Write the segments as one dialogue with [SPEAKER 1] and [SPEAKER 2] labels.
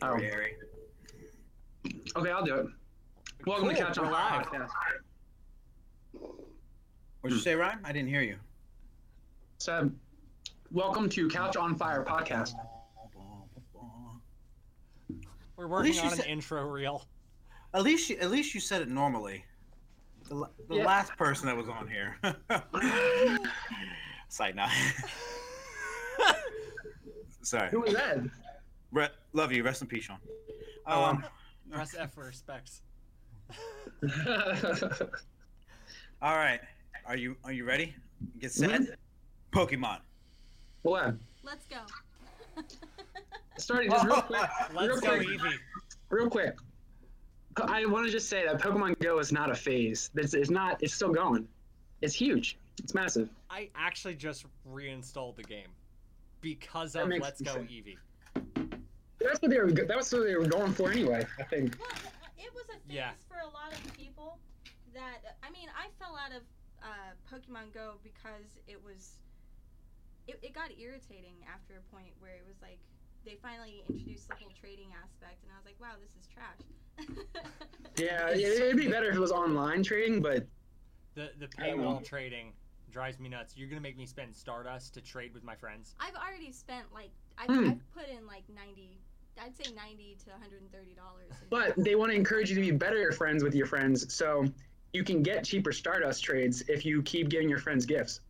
[SPEAKER 1] Oh.
[SPEAKER 2] Gary. Okay, I'll do it. Welcome to
[SPEAKER 3] Cool,
[SPEAKER 2] Catch
[SPEAKER 3] we're
[SPEAKER 2] on
[SPEAKER 3] live.
[SPEAKER 2] Live podcast.
[SPEAKER 1] What'd you say, Ryan? I didn't hear you.
[SPEAKER 2] Seb, welcome to Couch on Fire podcast.
[SPEAKER 3] We're working
[SPEAKER 1] least you
[SPEAKER 3] on an
[SPEAKER 1] said-
[SPEAKER 3] intro reel.
[SPEAKER 1] At least, you, at least you said it normally. The, la- the
[SPEAKER 2] Yeah.
[SPEAKER 1] last person that was on here. Sight now. Sorry,
[SPEAKER 2] Who was Ed?
[SPEAKER 1] Re- love you. Rest in peace, Sean.
[SPEAKER 3] Oh,
[SPEAKER 1] Um,
[SPEAKER 3] Press F for respects.
[SPEAKER 1] all right. Are you are you ready? Get set.
[SPEAKER 2] Mm-hmm.
[SPEAKER 1] Pokemon.
[SPEAKER 2] well, Ed,
[SPEAKER 4] Let's go.
[SPEAKER 2] starting just real quick.
[SPEAKER 3] Let's
[SPEAKER 2] real
[SPEAKER 3] go,
[SPEAKER 2] quick.
[SPEAKER 3] Evie.
[SPEAKER 2] Real quick. I want to just say that Pokemon Go is not a phase. It's, it's not. It's still going. It's huge. It's massive.
[SPEAKER 3] I actually just reinstalled the game because
[SPEAKER 2] That
[SPEAKER 3] of
[SPEAKER 2] makes
[SPEAKER 3] Let's Go
[SPEAKER 2] sense.
[SPEAKER 3] Eevee.
[SPEAKER 2] That's what they were. That's what they were going for anyway. I think.
[SPEAKER 4] Well, it was a phase
[SPEAKER 3] Yeah.
[SPEAKER 4] for a lot of people that I mean, I fell out of uh, Pokemon Go because it was it, it got irritating after a point where it was like they finally introduced the whole trading aspect, and I was like, wow, this is trash.
[SPEAKER 2] Yeah, it, it'd be better if it was online trading, but
[SPEAKER 3] The the
[SPEAKER 2] I don't know.
[SPEAKER 3] paywall trading drives me nuts. You're gonna make me spend Stardust to trade with my friends.
[SPEAKER 4] I've already spent like I've,
[SPEAKER 2] Hmm.
[SPEAKER 4] I've put in like ninety, I'd say ninety to one hundred and thirty dollars.
[SPEAKER 2] but they want to encourage you to be better friends with your friends, so you can get cheaper Stardust trades if you keep giving your friends gifts.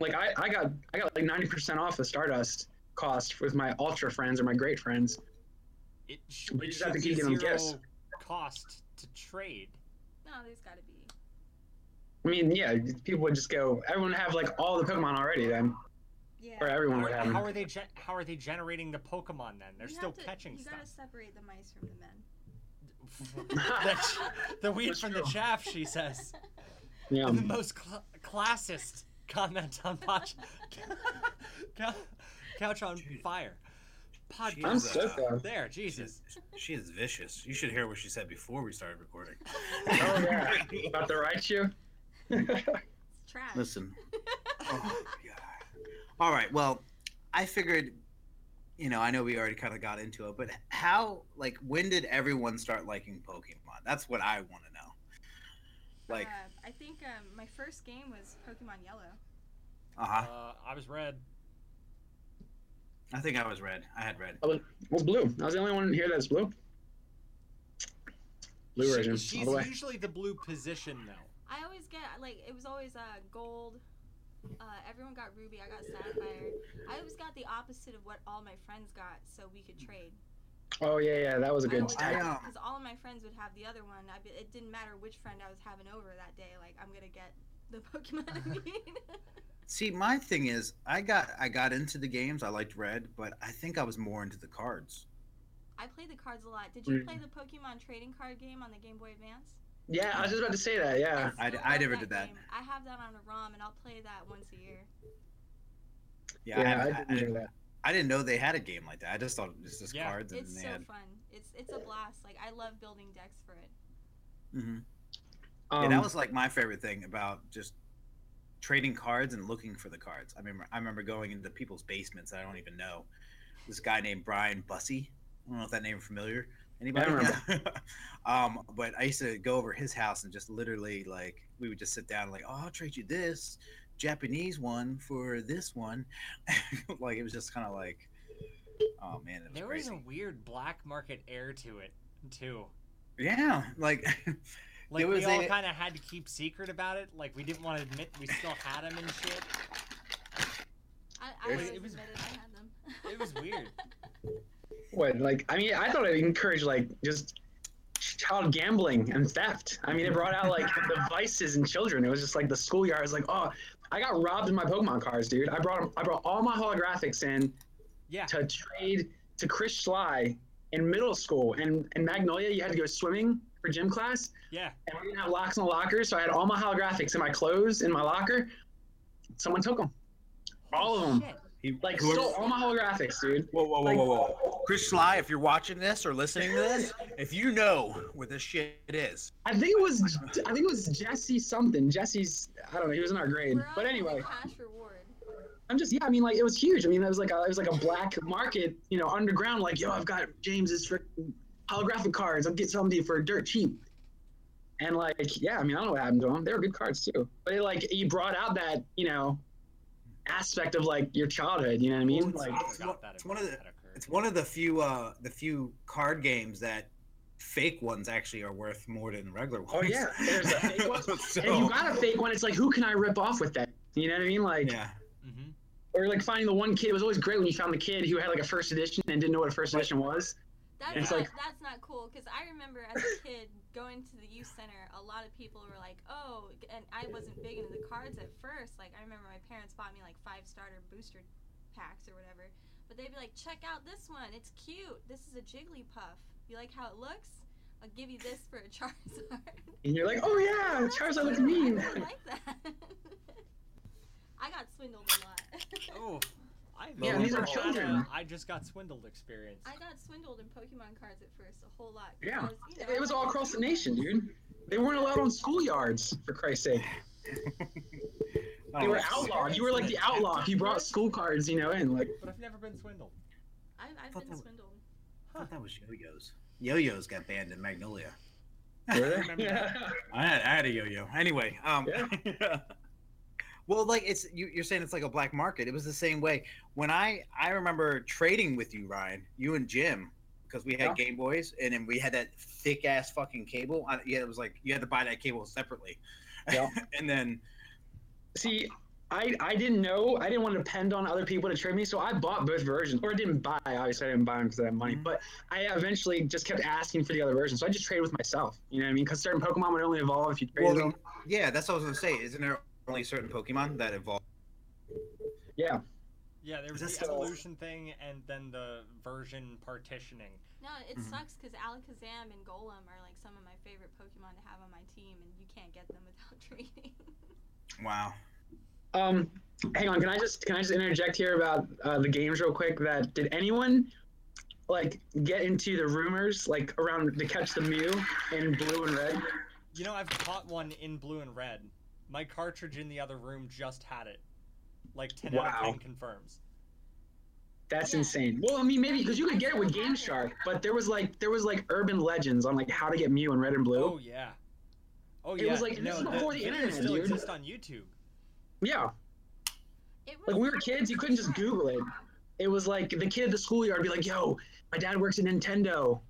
[SPEAKER 2] Like I, I got I got like ninety percent off the Stardust cost with my Ultra friends or my Great friends.
[SPEAKER 3] It sh-
[SPEAKER 2] We just have
[SPEAKER 3] should
[SPEAKER 2] to
[SPEAKER 3] be
[SPEAKER 2] keep giving them
[SPEAKER 3] zero
[SPEAKER 2] gifts.
[SPEAKER 3] cost to trade.
[SPEAKER 4] no, there's got to be.
[SPEAKER 2] I mean, yeah, people would just go. Everyone would have like all the Pokemon already then,
[SPEAKER 4] Yeah.
[SPEAKER 2] or everyone
[SPEAKER 3] How,
[SPEAKER 2] would have
[SPEAKER 3] how
[SPEAKER 2] them.
[SPEAKER 3] are they ge- how are they generating the Pokemon then? They're
[SPEAKER 4] You
[SPEAKER 3] still
[SPEAKER 4] have to-
[SPEAKER 3] catching
[SPEAKER 4] You
[SPEAKER 3] stuff.
[SPEAKER 4] gotta separate the mice from the men.
[SPEAKER 3] The- the wheat
[SPEAKER 2] That's
[SPEAKER 3] from the
[SPEAKER 2] true.
[SPEAKER 3] chaff, she says.
[SPEAKER 2] Yeah.
[SPEAKER 3] the most cl- classist comment on pod- Cou- couch on fire podcast.
[SPEAKER 2] I'm so proud.
[SPEAKER 3] there, Jesus.
[SPEAKER 1] She is vicious. You should hear what she said before we started recording.
[SPEAKER 2] Oh yeah. About the Raichu.
[SPEAKER 4] It's trash.
[SPEAKER 1] Listen. Oh, God. All right. Well, I figured, you know, I know we already kind of got into it, but how, like, when did everyone start liking Pokemon? That's what I want to know. Like,
[SPEAKER 4] Uh, I think um, my first game was Pokemon Yellow.
[SPEAKER 1] uh
[SPEAKER 3] Uh,
[SPEAKER 1] huh.
[SPEAKER 3] I was red.
[SPEAKER 1] I think I was red. I had red.
[SPEAKER 2] What's blue? I was the only one here that's blue. Blue
[SPEAKER 3] She-
[SPEAKER 2] version, all
[SPEAKER 3] she's
[SPEAKER 2] the way.
[SPEAKER 3] usually the blue position though.
[SPEAKER 4] I always get like it was always uh, gold. Uh, everyone got ruby. I got sapphire. I always got the opposite of what all my friends got, so we could trade.
[SPEAKER 2] Oh yeah, yeah, that was a good.
[SPEAKER 1] I,
[SPEAKER 2] tactic.
[SPEAKER 1] um,
[SPEAKER 4] Because all of my friends would have the other one. I, be- it didn't matter which friend I was having over that day. Like I'm gonna get the Pokemon. I mean,
[SPEAKER 1] See, my thing is, I got I got into the games. I liked red, but I think I was more into the cards.
[SPEAKER 4] I played the cards a lot. Did you
[SPEAKER 2] Mm.
[SPEAKER 4] play the Pokemon trading card game on the Game Boy Advance?
[SPEAKER 2] Yeah, I was just about to say that. Yeah,
[SPEAKER 1] I d-
[SPEAKER 4] still
[SPEAKER 1] I
[SPEAKER 4] love
[SPEAKER 1] never did that.
[SPEAKER 4] game. I have that on a ROM, and I'll play that once a year.
[SPEAKER 1] Yeah,
[SPEAKER 2] yeah, I
[SPEAKER 1] I, haven't-
[SPEAKER 2] didn't
[SPEAKER 1] I,
[SPEAKER 2] know
[SPEAKER 1] didn't,
[SPEAKER 2] that.
[SPEAKER 1] I didn't know they had a game like that. I just thought it was just
[SPEAKER 3] Yeah.
[SPEAKER 1] cards and
[SPEAKER 4] It's
[SPEAKER 1] they
[SPEAKER 4] so
[SPEAKER 1] had.
[SPEAKER 4] fun. It's it's a blast. Like I love building decks for it.
[SPEAKER 1] Mhm.
[SPEAKER 2] Um,
[SPEAKER 1] yeah, that was like my favorite thing about just trading cards and looking for the cards. I remember I remember going into people's basements that I don't even know. This guy named Brian Bussey. I don't know if that name familiar. Anybody?
[SPEAKER 2] remember.
[SPEAKER 1] um, but I used to go over his house and just literally like we would just sit down and like, oh, I'll trade you this Japanese one for this one. like it was just kind of like, oh man, it was
[SPEAKER 3] There was
[SPEAKER 1] crazy.
[SPEAKER 3] a weird black market air to it too.
[SPEAKER 1] Yeah, like
[SPEAKER 3] Like
[SPEAKER 1] was
[SPEAKER 3] we all
[SPEAKER 1] a-
[SPEAKER 3] kind of had to keep secret about it. Like we didn't want to admit we still had them and shit.
[SPEAKER 4] I, I
[SPEAKER 1] There's-
[SPEAKER 4] always
[SPEAKER 3] It was-
[SPEAKER 4] admitted I had them.
[SPEAKER 3] It was weird.
[SPEAKER 2] what like I mean, I thought it encouraged like just child gambling and theft. I mean, it brought out like the vices in children. It was just like the schoolyard. was like, oh, I got robbed in my Pokemon cards, dude. I brought 'em- I brought all my holographics in
[SPEAKER 3] Yeah.
[SPEAKER 2] to trade to Chris Sly in middle school. And in Magnolia, you had to go swimming for gym class.
[SPEAKER 3] Yeah.
[SPEAKER 2] And we didn't have locks in the locker, so I had all my holographics in my clothes in my locker. Someone took them. All of them.
[SPEAKER 3] Shit.
[SPEAKER 1] he
[SPEAKER 2] Like,
[SPEAKER 1] whoever-
[SPEAKER 2] stole all my holographics, dude.
[SPEAKER 1] Whoa, whoa, whoa,
[SPEAKER 2] Like-
[SPEAKER 1] whoa, whoa. Chris Sly, if you're watching this or listening to this, if you know where this shit is,
[SPEAKER 2] I think it was, I think it was Jesse something. Jesse's, I don't know, he was in our grade.
[SPEAKER 4] We're on
[SPEAKER 2] But
[SPEAKER 4] the
[SPEAKER 2] anyway,
[SPEAKER 4] cash reward.
[SPEAKER 2] I'm just yeah. I mean, like it was huge. I mean, it was like a, it was like a black market, you know, underground. Like yo, I've got James's frickin' holographic cards. I'll get some to you for dirt cheap. And like yeah, I mean, I don't know what happened to them. They were good cards too. But it, like you brought out that you know aspect of like your childhood. You know what I mean?
[SPEAKER 1] Well,
[SPEAKER 2] Like
[SPEAKER 3] I
[SPEAKER 1] Oh, It's
[SPEAKER 3] forgot
[SPEAKER 1] one-
[SPEAKER 3] that
[SPEAKER 1] it's one
[SPEAKER 3] event
[SPEAKER 1] of the-
[SPEAKER 3] had occurred.
[SPEAKER 1] It's one of the few uh the few card games that fake ones actually are worth more than regular ones.
[SPEAKER 2] Oh, yeah. There's a fake one.
[SPEAKER 1] So-
[SPEAKER 2] if you got a fake one, it's like who can I rip off with that? You know what I mean? Like
[SPEAKER 1] yeah.
[SPEAKER 3] Mhm.
[SPEAKER 2] or like finding the one kid. It was always great when you found the kid who had like a first edition and didn't know what a first edition was.
[SPEAKER 4] That's
[SPEAKER 2] It's
[SPEAKER 4] not,
[SPEAKER 2] like-
[SPEAKER 4] that's not cool because I remember as a kid going to the youth center, a lot of people were like, "Oh," and I wasn't big into the cards at first. Like I remember my parents bought me like five starter booster packs or whatever, but they'd be like, "Check out this one. It's cute. This is a Jigglypuff. You like how it looks? I'll give you this for a Charizard."
[SPEAKER 2] And you're like, oh yeah,
[SPEAKER 4] That's
[SPEAKER 2] Charizard looks
[SPEAKER 4] cute.
[SPEAKER 2] mean.
[SPEAKER 4] I really like that. I got swindled a lot.
[SPEAKER 3] Oh, I have
[SPEAKER 2] Yeah,
[SPEAKER 3] never
[SPEAKER 1] these are
[SPEAKER 3] had a
[SPEAKER 2] children.
[SPEAKER 3] I just got swindled experience.
[SPEAKER 4] I got swindled in Pokemon cards at first a whole lot.
[SPEAKER 2] Yeah.
[SPEAKER 4] because, you know, I
[SPEAKER 2] It was
[SPEAKER 4] like
[SPEAKER 2] all
[SPEAKER 4] to
[SPEAKER 2] across
[SPEAKER 4] do
[SPEAKER 2] the nation,
[SPEAKER 4] things.
[SPEAKER 2] dude. They weren't allowed on schoolyards, for Christ's sake. They
[SPEAKER 1] Oh,
[SPEAKER 2] were
[SPEAKER 1] it's-
[SPEAKER 2] outlawed. You were like the outlaw. if You brought school cards, you know, and like
[SPEAKER 3] But I've never been swindled.
[SPEAKER 4] I, I've
[SPEAKER 1] Thought
[SPEAKER 4] been
[SPEAKER 1] that-
[SPEAKER 4] swindled.
[SPEAKER 1] I thought that was yo-yos. Yo-yos got banned in Magnolia.
[SPEAKER 2] yeah.
[SPEAKER 1] I had, I had a yo-yo. Anyway, um, well, like it's you, you're saying it's like a black market. It was the same way when I I remember trading with you, Ryan, you and Jim, because we had
[SPEAKER 2] Yeah.
[SPEAKER 1] Game Boys, and then we had that thick ass fucking cable. I, yeah, it was like you had to buy that cable separately.
[SPEAKER 2] Yeah.
[SPEAKER 1] and then
[SPEAKER 2] See, I I didn't know. I didn't want to depend on other people to trade me, so I bought both versions. Or I didn't buy. Obviously, I didn't buy them because I had money.
[SPEAKER 1] Mhm.
[SPEAKER 2] But I eventually just kept asking for the other version, so I just traded with myself. You know what I mean? Because certain Pokemon would only evolve if you traded
[SPEAKER 1] well,
[SPEAKER 2] them.
[SPEAKER 1] then- yeah, that's what I was gonna say. Isn't there only certain Pokemon that evolve?
[SPEAKER 2] Yeah.
[SPEAKER 3] Yeah, there was
[SPEAKER 1] Is this
[SPEAKER 3] the
[SPEAKER 1] the-
[SPEAKER 3] evolution thing and then the version partitioning.
[SPEAKER 4] No, it
[SPEAKER 2] Mm-hmm.
[SPEAKER 1] Mhm.
[SPEAKER 4] sucks 'cause sucks because Alakazam and Golem are like some of my favorite Pokemon to have on my team, and you can't get them without trading.
[SPEAKER 1] Wow.
[SPEAKER 2] Um, hang on. Can I just can I just interject here about uh, the games real quick? That did anyone like get into the rumors like around to catch the Mew in blue and red?
[SPEAKER 3] You know, I've caught one in blue and red. My cartridge in the other room just had it. Like 10 out
[SPEAKER 2] Wow.
[SPEAKER 3] of 10 confirms.
[SPEAKER 2] That's
[SPEAKER 4] Yeah.
[SPEAKER 2] insane. Well, I mean, maybe because you could get it with Game Shark, but there was like there was like urban legends on like how to get Mew in red and blue.
[SPEAKER 3] Oh, yeah. Oh,
[SPEAKER 2] It
[SPEAKER 3] yeah.
[SPEAKER 2] was like- this
[SPEAKER 3] no,
[SPEAKER 2] is before the
[SPEAKER 3] videos
[SPEAKER 2] internet,
[SPEAKER 3] still
[SPEAKER 2] dude.
[SPEAKER 3] exist on YouTube.
[SPEAKER 2] Yeah,
[SPEAKER 4] It
[SPEAKER 2] like when we were kids, you couldn't just Google it. It was like the kid at the schoolyard would be like, "Yo, my dad works at Nintendo."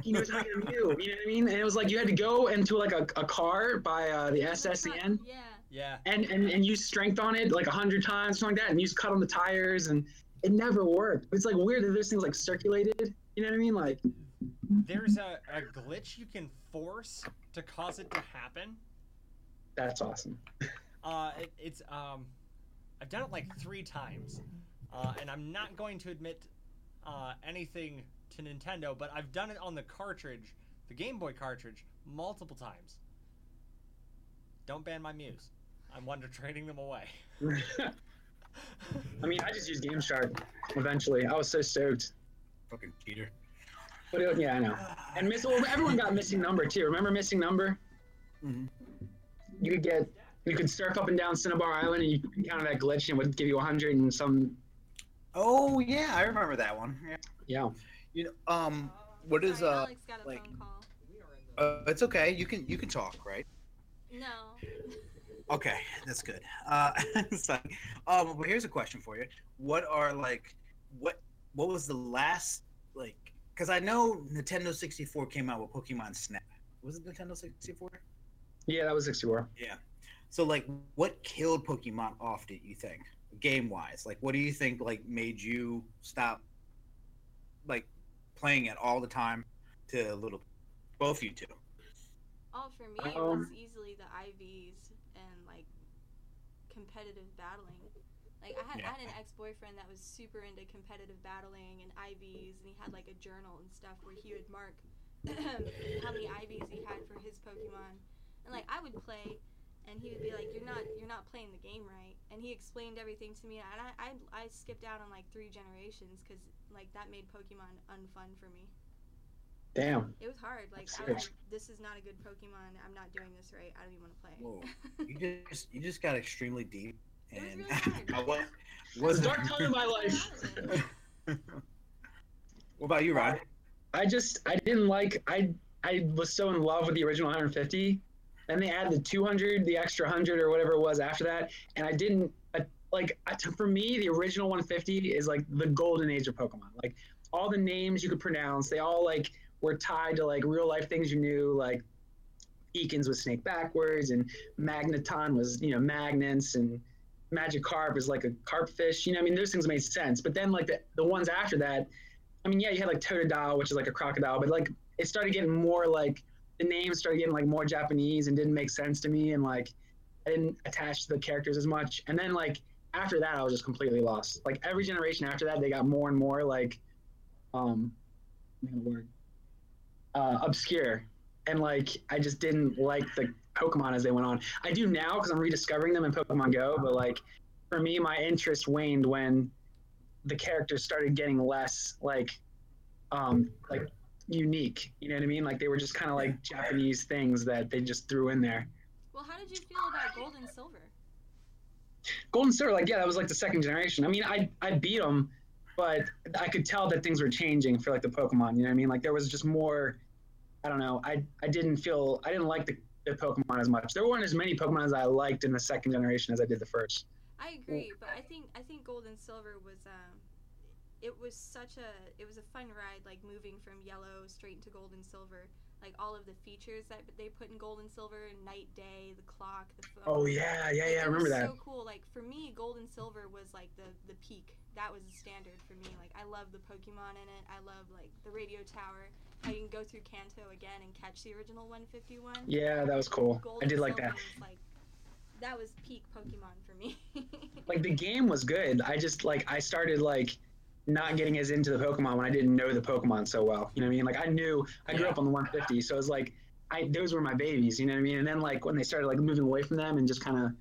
[SPEAKER 2] He knows how to get a Mew. You know what I mean? And it was like you had to go into like a, a car by uh, the SSN.
[SPEAKER 4] Yeah.
[SPEAKER 3] Yeah.
[SPEAKER 2] and and and use strength on it like a hundred times, something like that, and use cut on the tires, and it never worked. It's like weird that this thing's like circulated. You know what I mean? Like,
[SPEAKER 3] There's a, a glitch you can force to cause it to happen.
[SPEAKER 2] that's awesome.
[SPEAKER 3] Uh, it, it's um, I've done it like three times, uh, and I'm not going to admit uh, anything to Nintendo, but I've done it on the cartridge, the Game Boy cartridge, multiple times. Don't ban my Muse. I'm wonder trading them away.
[SPEAKER 2] I mean, I just used Game Shark eventually. I was so stoked.
[SPEAKER 1] Fucking cheater.
[SPEAKER 2] But it, yeah, I know. And miss, well, everyone got missing number too. Remember missing number?
[SPEAKER 1] Mhm.
[SPEAKER 2] You could get, you could surf up and down Cinnabar Island, and you counted that glitch, and it would give you 100 and some.
[SPEAKER 1] Oh yeah, I remember that one. Yeah.
[SPEAKER 2] Yeah.
[SPEAKER 1] You know, um, what is
[SPEAKER 4] Sorry,
[SPEAKER 1] uh?
[SPEAKER 4] Alex got a
[SPEAKER 1] like-
[SPEAKER 4] phone call.
[SPEAKER 1] uh it's okay. You can you can talk, right?
[SPEAKER 4] No.
[SPEAKER 1] Okay, that's good. Uh, so, um, well, here's a question for you. What are like, what what was the last like? Because I know Nintendo 64 came out with Pokemon Snap. Was it Nintendo 64?
[SPEAKER 2] Yeah, that was 64.
[SPEAKER 1] So like, what killed Pokemon off? Did you think game wise? Like, what do you think like made you stop like playing it all the time to little both you two?
[SPEAKER 4] All Oh, for me it was easily the IVs and like competitive battling. Like I had,
[SPEAKER 1] Yeah.
[SPEAKER 4] I had an ex-boyfriend that was super into competitive battling and IVs, and he had like a journal and stuff where he would mark how many IVs he had for his Pokemon. And like I would play, and he would be like, "You're not, you're not playing the game right." And he explained everything to me, and I, I, I skipped out on like three generations because like that made Pokemon unfun for me.
[SPEAKER 2] Damn.
[SPEAKER 4] It was hard. Like
[SPEAKER 2] That's
[SPEAKER 4] I was
[SPEAKER 2] serious.
[SPEAKER 4] like, this is not a good Pokemon. I'm not doing this right. I don't even want to play.
[SPEAKER 1] Whoa. You just you just got extremely deep
[SPEAKER 4] It was
[SPEAKER 1] and
[SPEAKER 4] really hard.
[SPEAKER 1] I went.
[SPEAKER 2] It was
[SPEAKER 1] Was
[SPEAKER 2] a dark time in my
[SPEAKER 4] I
[SPEAKER 2] life.
[SPEAKER 4] was in it.
[SPEAKER 1] What about you, Rod?
[SPEAKER 2] I just I didn't like I I was so in love with the original 150. Then they added the 200, the extra 100 or whatever it was after that, and I didn't I- like I- to- for me the original 150 is like the golden age of Pokemon. Like all the names you could pronounce, they all like were tied to like real life things you knew, like Eakins was Snake backwards, and Magneton was you know Magnus, and Magikarp is like a carp fish. You know, I mean those things made sense. But then like the, the ones after that, I mean, yeah, you had like Totodile, which is like a crocodile, but like it started getting more like the name started getting like more Japanese and didn't make sense to me, and like I didn't attach to the characters as much. And then like after that, I was just completely lost. Like every generation after that, they got more and more like, um, I don't know the word, uh, obscure, and like I just didn't like the Pokemon as they went on. I do now because I'm rediscovering them in Pokemon Go, but like for me, my interest waned when the characters started getting less like um like unique you know what i mean like they were just kind of like japanese things that they just threw in there
[SPEAKER 4] Well, how did you feel about gold and silver?
[SPEAKER 2] gold and silver like yeah that was like the second generation i mean i i beat them but i could tell that things were changing for like the pokemon you know what i mean like there was just more i don't know i i didn't feel i didn't like the, the pokemon as much there weren't as many pokemon as i liked in the second generation as i did the first
[SPEAKER 4] I agree, but I think I think gold and silver was um, it was such a it was a fun ride, like moving from yellow straight into gold and silver. Like all of the features that they put in gold and silver, night, day, the clock, the phone.
[SPEAKER 2] oh yeah yeah
[SPEAKER 4] Like,
[SPEAKER 2] yeah i
[SPEAKER 4] it was
[SPEAKER 2] remember that
[SPEAKER 4] So cool. Like for me, gold and silver was like the the peak. That was the standard for me. Like I love the Pokemon in it. I love like the radio tower. How you can go through Kanto again and catch the original 151.
[SPEAKER 2] yeah that was cool i
[SPEAKER 4] Gold
[SPEAKER 2] did
[SPEAKER 4] and
[SPEAKER 2] like that
[SPEAKER 4] silver was, like that was peak Pokemon for me.
[SPEAKER 2] like the game was good. I just like I started like not getting as into the Pokemon when I didn't know the Pokemon so well. You know what I mean? Like I knew I grew up on the 150, so it was like I those were my babies. You know what I mean? And then like when they started like moving away from them and just kind of,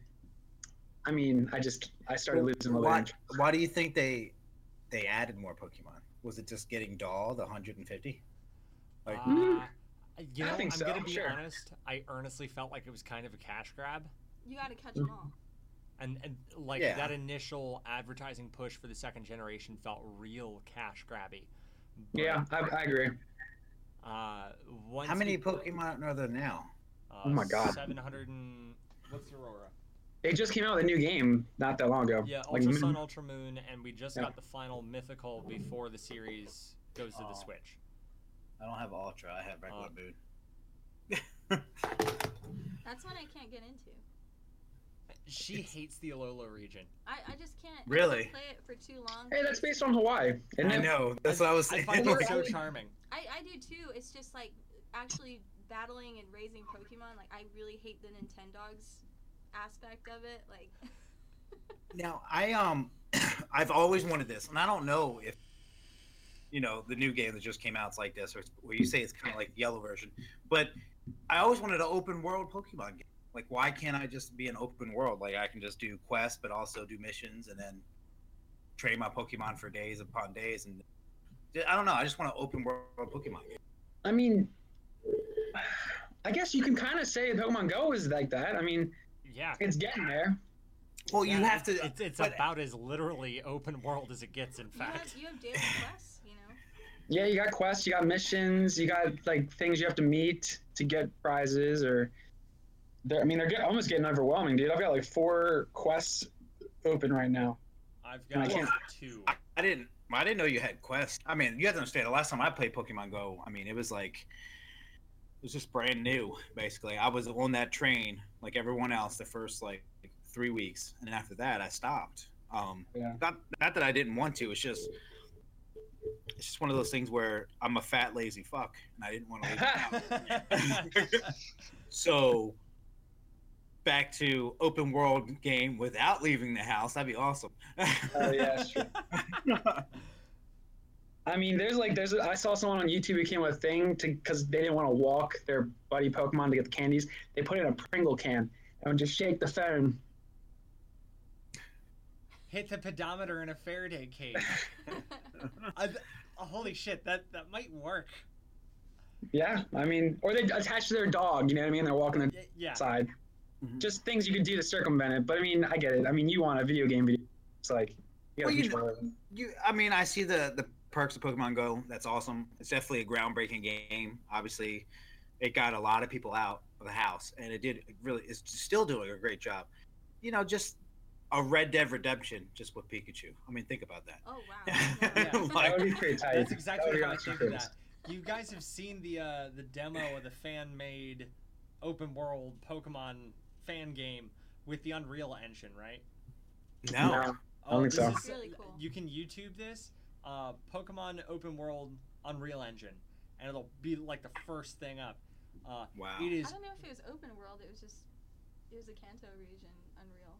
[SPEAKER 2] I mean, I just I started losing a little.
[SPEAKER 1] Why,
[SPEAKER 2] interest.
[SPEAKER 1] why do you think they they added more Pokemon? Was it just getting doll the 150? Like,
[SPEAKER 3] Uh,
[SPEAKER 2] Mm.
[SPEAKER 3] you know,
[SPEAKER 2] I think
[SPEAKER 3] I'm
[SPEAKER 2] so,
[SPEAKER 3] gonna be
[SPEAKER 2] sure.
[SPEAKER 3] honest. I earnestly felt like it was kind of a cash grab,
[SPEAKER 4] you got to catch
[SPEAKER 2] Mm.
[SPEAKER 4] them all.
[SPEAKER 3] and and like
[SPEAKER 1] Yeah.
[SPEAKER 3] that initial advertising push for the second generation felt real cash grabby. But,
[SPEAKER 2] Yeah, I, I agree.
[SPEAKER 3] Uh, once
[SPEAKER 1] how many
[SPEAKER 3] we-
[SPEAKER 1] Pokemon are there now?
[SPEAKER 3] Uh,
[SPEAKER 2] Oh my God.
[SPEAKER 3] Seven hundred and what's Aurora?
[SPEAKER 2] They just came out with a new game not that long ago.
[SPEAKER 3] Yeah,
[SPEAKER 2] like,
[SPEAKER 3] Ultra
[SPEAKER 2] mm,
[SPEAKER 3] Sun, Ultra Moon, and we just
[SPEAKER 2] Yeah.
[SPEAKER 3] got the final mythical before the series goes to
[SPEAKER 1] Oh.
[SPEAKER 3] the Switch.
[SPEAKER 1] I don't have Ultra. I have regular
[SPEAKER 3] Uh,
[SPEAKER 1] Moon.
[SPEAKER 4] That's one I can't get into.
[SPEAKER 3] She hates the Alola region.
[SPEAKER 4] I, I just can't I can't
[SPEAKER 1] Really?
[SPEAKER 4] play it for too long.
[SPEAKER 2] Hey, that's based on Hawaii. isn't
[SPEAKER 1] I
[SPEAKER 2] it?
[SPEAKER 1] know. That's what I was
[SPEAKER 3] I
[SPEAKER 1] saying.
[SPEAKER 3] find her
[SPEAKER 2] Like-
[SPEAKER 3] so charming.
[SPEAKER 4] I, I do too. It's just like actually battling and raising Pokemon. Like I really hate the Nintendogs aspect of it. Like
[SPEAKER 1] Now I um I've always wanted this, and I don't know if you know the new game that just came out is like this, or it's, well, you say it's kind of like the yellow version. But I always wanted an open world Pokemon game. Like, why can't I just be an open world? Like, I can just do quests, but also do missions, and then trade my Pokemon for days upon days. And I don't know. I just want an open world Pokemon game.
[SPEAKER 2] I mean, I guess you can kind of say Pokemon Go is like that. I mean,
[SPEAKER 3] Yeah.
[SPEAKER 2] it's getting there.
[SPEAKER 1] Well, you
[SPEAKER 3] Yeah,
[SPEAKER 1] have to.
[SPEAKER 3] It's, it's
[SPEAKER 1] but-
[SPEAKER 3] about as literally open world as it gets, in
[SPEAKER 4] you have
[SPEAKER 3] fact.
[SPEAKER 4] you have daily quests, you know.
[SPEAKER 2] Yeah, you got quests, you got missions, you got like things you have to meet to get prizes, or they're, I mean, they're get, almost getting overwhelming, dude. I've got like four quests open right now.
[SPEAKER 3] I've
[SPEAKER 2] I
[SPEAKER 3] got
[SPEAKER 2] can't-
[SPEAKER 3] two.
[SPEAKER 1] I, I didn't. I didn't know you had quests. I mean, you have to understand. The last time I played Pokemon Go, I mean, it was like it was just brand new. Basically, I was on that train like everyone else the first like, like, three weeks, and then after that, I stopped. Um,
[SPEAKER 2] Yeah.
[SPEAKER 1] not, not that I didn't want to. It's just it's just one of those things where I'm a fat lazy fuck, and I didn't want to leave. the house. So back to open world game without leaving the house. That'd be awesome.
[SPEAKER 2] Oh, yeah, that's true. I mean, there's like, there's, I saw someone on YouTube who came with a thing to, because they didn't want to walk their buddy Pokemon to get the candies. They put in a Pringle can and would just shake the phone.
[SPEAKER 3] Hit the pedometer in a Faraday cage. I th- oh, holy shit, that, that might work.
[SPEAKER 2] Yeah, I mean, or they attach to their dog, you know what I mean? They're walking
[SPEAKER 3] Y- yeah.
[SPEAKER 2] outside.
[SPEAKER 3] Mm-hmm.
[SPEAKER 1] Mhm.
[SPEAKER 2] Just things you could do to circumvent it. But I mean, I get it. I mean, you want a video game video. It's like, you
[SPEAKER 1] Well,
[SPEAKER 2] gotta
[SPEAKER 1] you
[SPEAKER 2] be
[SPEAKER 1] know-
[SPEAKER 2] sure.
[SPEAKER 1] You, I mean, I see the the perks of Pokemon Go. That's awesome. It's definitely a groundbreaking game. Obviously, it got a lot of people out of the house, and it did it really. It's still doing a great job. You know, just a Red Dead Redemption, just with Pikachu. I mean, think about that.
[SPEAKER 4] Oh wow.
[SPEAKER 3] Yeah.
[SPEAKER 2] That would
[SPEAKER 1] Like-
[SPEAKER 2] be pretty tight.
[SPEAKER 3] That's
[SPEAKER 2] That would
[SPEAKER 3] exactly
[SPEAKER 2] be
[SPEAKER 3] how I
[SPEAKER 2] awesome
[SPEAKER 3] think of
[SPEAKER 2] first.
[SPEAKER 3] that. You guys have seen the uh, the demo of the fan made open world Pokemon fan game with the Unreal Engine, right? Oh,
[SPEAKER 1] No,
[SPEAKER 2] I don't think
[SPEAKER 3] this
[SPEAKER 2] so.
[SPEAKER 3] is-
[SPEAKER 4] Really cool.
[SPEAKER 3] You can YouTube this, uh, Pokemon Open World Unreal Engine, and it'll be like the first thing up. Uh,
[SPEAKER 1] wow.
[SPEAKER 3] it
[SPEAKER 4] I
[SPEAKER 3] is
[SPEAKER 4] don't know if it was open world. It was just it was the Kanto region. Unreal.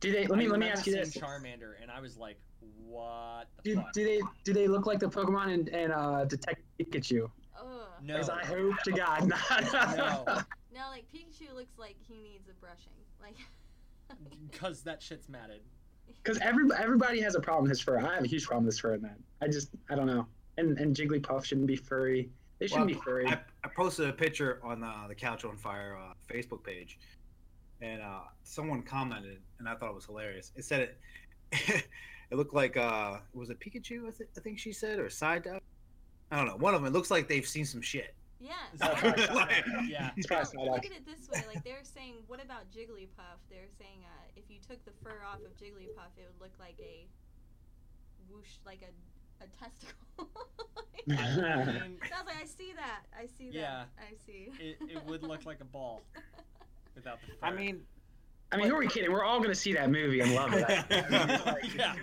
[SPEAKER 2] Do they? Let
[SPEAKER 3] I
[SPEAKER 2] me let me
[SPEAKER 3] remember
[SPEAKER 2] ask you
[SPEAKER 3] seeing
[SPEAKER 2] this.
[SPEAKER 3] Charmander, and I was like, "What
[SPEAKER 2] Do,
[SPEAKER 3] the fuck?"
[SPEAKER 2] do they do they look like the Pokemon and, and uh, Detective Pikachu?
[SPEAKER 4] Ugh.
[SPEAKER 3] no,
[SPEAKER 2] 'Cause I hope to God not.
[SPEAKER 3] No.
[SPEAKER 4] No, like Pikachu looks like he needs a brushing. Like.
[SPEAKER 3] because that shit's matted.
[SPEAKER 2] Because every, everybody has a problem with his fur. I have a huge problem with his fur in that. I just I don't know. And and Jigglypuff shouldn't be furry. They shouldn't
[SPEAKER 1] Well,
[SPEAKER 2] be furry.
[SPEAKER 1] I, I posted a picture on the, the Couch on Fire uh, Facebook page, and uh, someone commented, and I thought it was hilarious. It said it, it looked like uh, was it Pikachu? I, th- I think she said, or Psyduck. I don't know. One of them. It looks like they've seen some shit.
[SPEAKER 4] Yeah.
[SPEAKER 3] It's
[SPEAKER 4] so-
[SPEAKER 2] Oh,
[SPEAKER 3] like-
[SPEAKER 1] like-
[SPEAKER 3] yeah,
[SPEAKER 2] It's
[SPEAKER 4] No,
[SPEAKER 2] probably not
[SPEAKER 4] look
[SPEAKER 2] us.
[SPEAKER 4] at it this way. Like they're saying, what about Jigglypuff? They're saying uh, if you took the fur off of Jigglypuff, it would look like a whoosh, like a, a testicle.
[SPEAKER 3] I mean,
[SPEAKER 4] So I was like, I see that. I see that.
[SPEAKER 3] Yeah.
[SPEAKER 4] I see.
[SPEAKER 3] it, it would look like a ball without the. Fur.
[SPEAKER 1] I mean,
[SPEAKER 2] I mean, who are we kidding? We're all gonna see that movie and love it.
[SPEAKER 3] yeah,